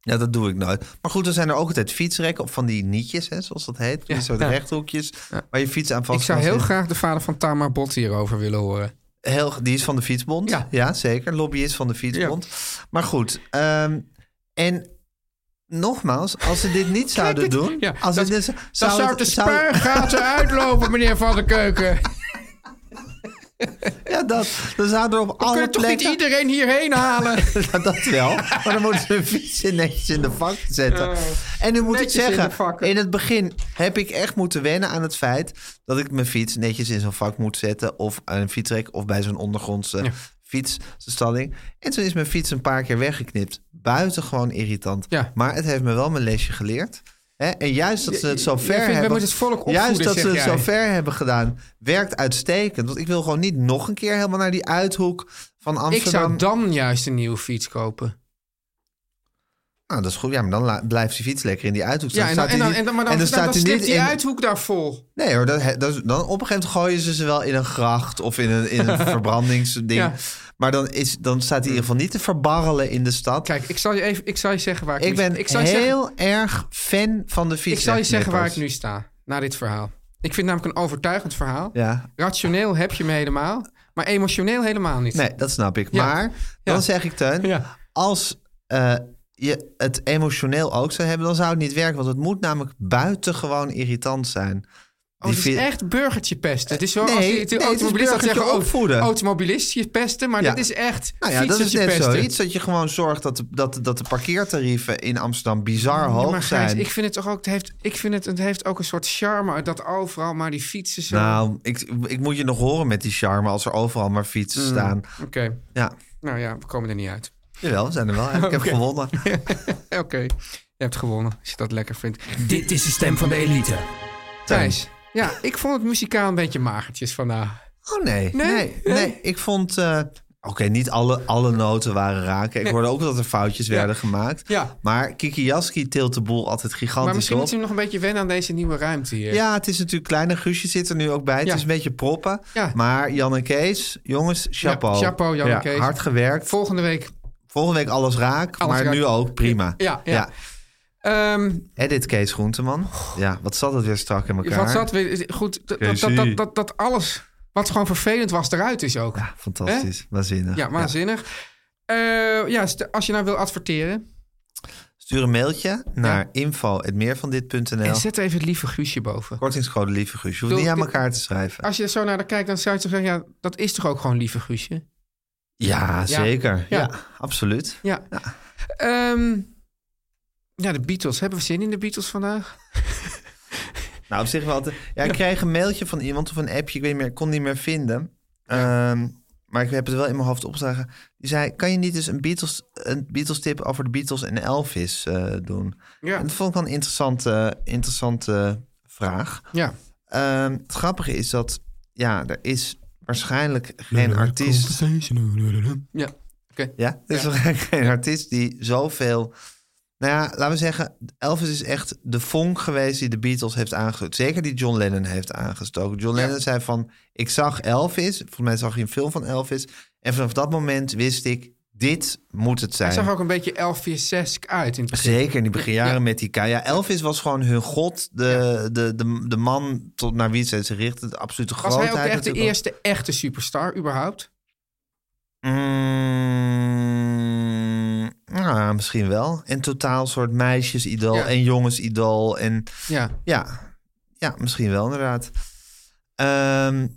Speaker 6: ja, dat doe ik nooit. Maar goed, er zijn er ook altijd fietsrekken of van die nietjes, hè, zoals dat heet. Die
Speaker 5: Ja.
Speaker 6: soort
Speaker 5: Ja.
Speaker 6: rechthoekjes waar je fiets aan vast
Speaker 5: Ik zou
Speaker 6: kan
Speaker 5: heel
Speaker 6: zetten.
Speaker 5: graag de vader van Tamar Bot hierover willen horen.
Speaker 6: Heel, die is van de Fietsbond.
Speaker 5: Ja.
Speaker 6: Ja, zeker. Lobbyist van de Fietsbond. Maar goed. ehm, en nogmaals, als ze dit niet zouden doen...
Speaker 5: Ja,
Speaker 6: als
Speaker 5: dat-
Speaker 6: ze dit,
Speaker 5: Dan zou het de
Speaker 6: zou-
Speaker 5: spuigaten uitlopen, meneer Van der Keuken.
Speaker 6: Ja, dat. Dan zouden er op
Speaker 5: We
Speaker 6: alle
Speaker 5: kunnen toch niet
Speaker 6: plekken...
Speaker 5: iedereen hierheen halen?
Speaker 6: Nou, dat wel. Maar dan moeten ze hun fietsen netjes in de vak zetten. en nu moet
Speaker 5: netjes
Speaker 6: ik
Speaker 5: in
Speaker 6: zeggen,
Speaker 5: de vakken.
Speaker 6: in, het begin heb ik echt moeten wennen aan het feit dat ik mijn fiets netjes in zo'n vak moet zetten. Of aan een fietsrek of bij zo'n ondergrondse
Speaker 5: Ja.
Speaker 6: fietsstalling. En toen is mijn fiets een paar keer weggeknipt. Buitengewoon irritant.
Speaker 5: Ja.
Speaker 6: Maar het heeft me wel mijn lesje geleerd. Hè? En juist dat ze het zo
Speaker 5: Jij
Speaker 6: ver
Speaker 5: vindt, we
Speaker 6: hebben.
Speaker 5: moeten het volk opvoeden,
Speaker 6: juist dat
Speaker 5: zeg
Speaker 6: ze het
Speaker 5: jij.
Speaker 6: zo ver hebben gedaan, werkt uitstekend. Want ik wil gewoon niet nog een keer helemaal naar die uithoek van
Speaker 5: Ik
Speaker 6: Amsterdam.
Speaker 5: zou dan juist een nieuwe fiets kopen.
Speaker 6: Nou, dat is goed. Ja, maar dan la- blijft die fiets lekker in die uithoek staan.
Speaker 5: Ja, en dan,
Speaker 6: Staat
Speaker 5: en
Speaker 6: die
Speaker 5: dan,
Speaker 6: niet-
Speaker 5: en dan, maar dan, dan, dan
Speaker 6: die
Speaker 5: stipt die
Speaker 6: in-
Speaker 5: uithoek daar vol.
Speaker 6: Nee hoor, dat, he- dat, is- dan op een gegeven moment gooien ze ze wel in een gracht of in een, in een verbrandingsding.
Speaker 5: Ja.
Speaker 6: Maar dan, is, dan staat hij in ieder geval niet te verbarrelen in de stad.
Speaker 5: Kijk, ik zal je, even, ik zal je zeggen waar ik,
Speaker 6: ik
Speaker 5: nu-
Speaker 6: ben
Speaker 5: ik zal je zeggen-
Speaker 6: heel erg fan van de fiets.
Speaker 5: Ik zal je zeggen waar ik nu sta, na dit verhaal. Ik vind het namelijk een overtuigend verhaal.
Speaker 6: Ja,
Speaker 5: Rationeel heb je me helemaal, maar emotioneel helemaal niet. Oh,
Speaker 6: nee, dat snap ik.
Speaker 5: Ja.
Speaker 6: Maar dan
Speaker 5: Ja.
Speaker 6: zeg ik, Teun,
Speaker 5: Ja.
Speaker 6: als eh, je het emotioneel ook zou hebben, dan zou het niet werken. Want het moet namelijk buitengewoon irritant zijn.
Speaker 5: Oh, het
Speaker 6: fi-
Speaker 5: is echt burgertje pesten. Het is zoals
Speaker 6: Nee,
Speaker 5: die-
Speaker 6: nee,
Speaker 5: die
Speaker 6: het is
Speaker 5: automobilist dat
Speaker 6: burgertje
Speaker 5: zeggen, oh,
Speaker 6: opvoeden.
Speaker 5: automobilistje pesten, maar
Speaker 6: Ja.
Speaker 5: dit is echt
Speaker 6: Nou ja, dat is
Speaker 5: fietsertje
Speaker 6: net
Speaker 5: pesten.
Speaker 6: zoiets. Dat je gewoon zorgt dat de, dat, dat de parkeertarieven in Amsterdam bizar
Speaker 5: Ja,
Speaker 6: hoog
Speaker 5: maar Gijs,
Speaker 6: zijn.
Speaker 5: ik vind het toch ook, het heeft, ik vind het, het heeft ook een soort charme dat overal maar die fietsen zo.
Speaker 6: Nou, ik, ik moet je nog horen met die charme als er overal maar
Speaker 5: Mm.
Speaker 6: fietsen staan.
Speaker 5: Oké,
Speaker 6: Ja,
Speaker 5: nou ja, we komen er niet uit. Eh,
Speaker 6: jawel, we zijn er wel. uit. Ik heb gewonnen.
Speaker 5: Oké, je hebt gewonnen, als je dat lekker vindt.
Speaker 8: Dit is de stem van de elite.
Speaker 5: Thijs, ja, ik vond het muzikaal een beetje magertjes vandaag.
Speaker 6: Oh nee,
Speaker 5: Nee?
Speaker 6: nee, nee. Ik vond... eh, Oké, niet alle, alle noten waren raken. Ik hoorde ook dat er foutjes werden gemaakt.
Speaker 5: Ja.
Speaker 6: Maar Kiki Jaski tilt de boel altijd gigantisch
Speaker 5: Maar misschien
Speaker 6: op.
Speaker 5: moet je hem nog een beetje wennen aan deze nieuwe ruimte hier.
Speaker 6: Ja, het is natuurlijk kleiner. Guusje zit er nu ook bij. Het
Speaker 5: Ja.
Speaker 6: is een beetje proppen.
Speaker 5: Ja.
Speaker 6: Maar Jan en Kees, jongens, chapeau.
Speaker 5: chapeau, Jan en Kees.
Speaker 6: Hard gewerkt.
Speaker 5: Volgende week.
Speaker 6: Volgende week alles raak,
Speaker 5: Alles
Speaker 6: maar
Speaker 5: raak.
Speaker 6: nu ook prima.
Speaker 5: Ja, ja. Ehm,
Speaker 6: Edit Kees Groenteman. Ja, wat zat het weer strak in elkaar.
Speaker 5: wat zat weer goed? Dat, dat, dat, dat, dat, dat alles wat gewoon vervelend was eruit is ook.
Speaker 6: Ja, fantastisch. Waanzinnig.
Speaker 5: Ja, waanzinnig. Eh, ja, st- als je nou wil adverteren.
Speaker 6: Stuur een mailtje naar info.meervandit.nl.
Speaker 5: En zet even het lieve Guusje boven.
Speaker 6: Kortingscode lieve Guus. Je hoeft
Speaker 5: Doe-
Speaker 6: niet aan elkaar te schrijven.
Speaker 5: Als je er zo naar de kijkt, dan zou je toch zeggen... ja, dat is toch ook gewoon lieve Guusje?
Speaker 6: Ja, zeker.
Speaker 5: Ja.
Speaker 6: Ja, absoluut.
Speaker 5: Ja. Ehm, ja, de Beatles. Hebben we zin in de Beatles vandaag?
Speaker 6: Nou, op zich wel. te- Ja, ik kreeg een mailtje van iemand of een appje. Ik weet niet meer, ik kon het niet meer vinden. Ehm, maar ik heb het wel in mijn hoofd opgeslagen. Die zei, kan je niet eens een Beatles, een Beatles tip over de Beatles en Elvis eh, doen?
Speaker 5: Ja.
Speaker 6: En dat vond ik wel een interessante, interessante vraag.
Speaker 5: Ja.
Speaker 6: Ehm, het grappige is dat, ja, er is waarschijnlijk geen artiest...
Speaker 5: Ja.
Speaker 6: Ja, er is waarschijnlijk geen artiest die zoveel Nou ja, laten we zeggen, Elvis is echt de vonk geweest die de Beatles heeft aangestoken. Zeker die John Lennon heeft aangestoken. John Lennon zei van, ik zag Elvis, volgens mij zag hij een film van Elvis. En vanaf dat moment wist ik, dit moet het zijn.
Speaker 5: Hij zag ook een beetje Elvis-esk uit in het begin.
Speaker 6: Zeker in die beginjaren met die K. Ja, Elvis was gewoon hun god. De, de, de, de man tot naar wie zij zich richtten. De absolute
Speaker 5: Was
Speaker 6: grootheid.
Speaker 5: hij ook echt de
Speaker 6: natuurlijk ook.
Speaker 5: eerste echte superstar überhaupt?
Speaker 6: Mm, ja, misschien wel. En totaal soort meisjesidool
Speaker 5: Ja.
Speaker 6: en jongensidool. En
Speaker 5: Ja.
Speaker 6: ja, ja, misschien wel inderdaad. Ehm, in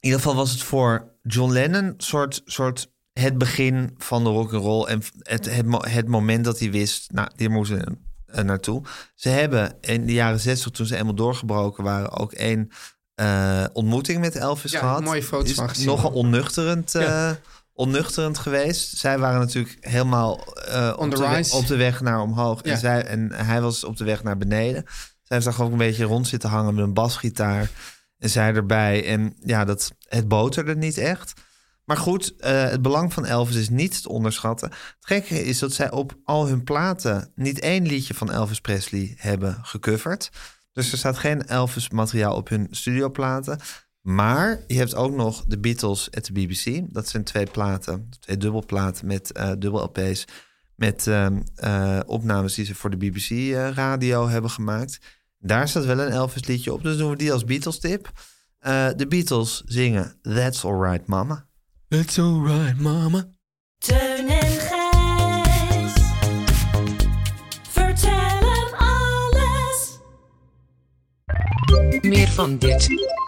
Speaker 6: ieder geval was het voor John Lennon soort, soort het begin van de rock'n'roll. En het, het, mo- het moment dat hij wist, nou, hier moeten we eh, naartoe. Ze hebben in de jaren 60, toen ze eenmaal doorgebroken waren, ook één eh, ontmoeting met Elvis
Speaker 5: Ja,
Speaker 6: gehad.
Speaker 5: mooie foto's
Speaker 6: Is
Speaker 5: van gezien.
Speaker 6: Nogal onnuchterend, eh,
Speaker 5: Ja.
Speaker 6: onnuchterend geweest. Zij waren natuurlijk helemaal eh,
Speaker 5: On
Speaker 6: op,
Speaker 5: the
Speaker 6: de we-
Speaker 5: rise.
Speaker 6: op de weg naar omhoog.
Speaker 5: Ja.
Speaker 6: En, zij, en hij was op de weg naar beneden. Zij heeft daar gewoon een beetje rond zitten hangen met een basgitaar. En zij erbij. En ja, dat, het boterde niet echt. Maar goed, eh, het belang van Elvis is niet te onderschatten. Het gekke is dat zij op al hun platen niet één liedje van Elvis Presley hebben gecoverd. Dus er staat geen Elvis materiaal op hun studioplaten. Maar je hebt ook nog de Beatles at de BBC. Dat zijn twee platen, twee dubbelplaten met eh, dubbel LP's. Met ehm, eh, opnames die ze voor de BBC eh, radio hebben gemaakt. Daar staat wel een Elvis liedje op, dus doen we die als Beatles tip. Eh, de Beatles zingen That's Alright Mama.
Speaker 5: It's alright, mama.
Speaker 9: Teun en Gijs. Vertel hem alles.
Speaker 3: Meer van dit.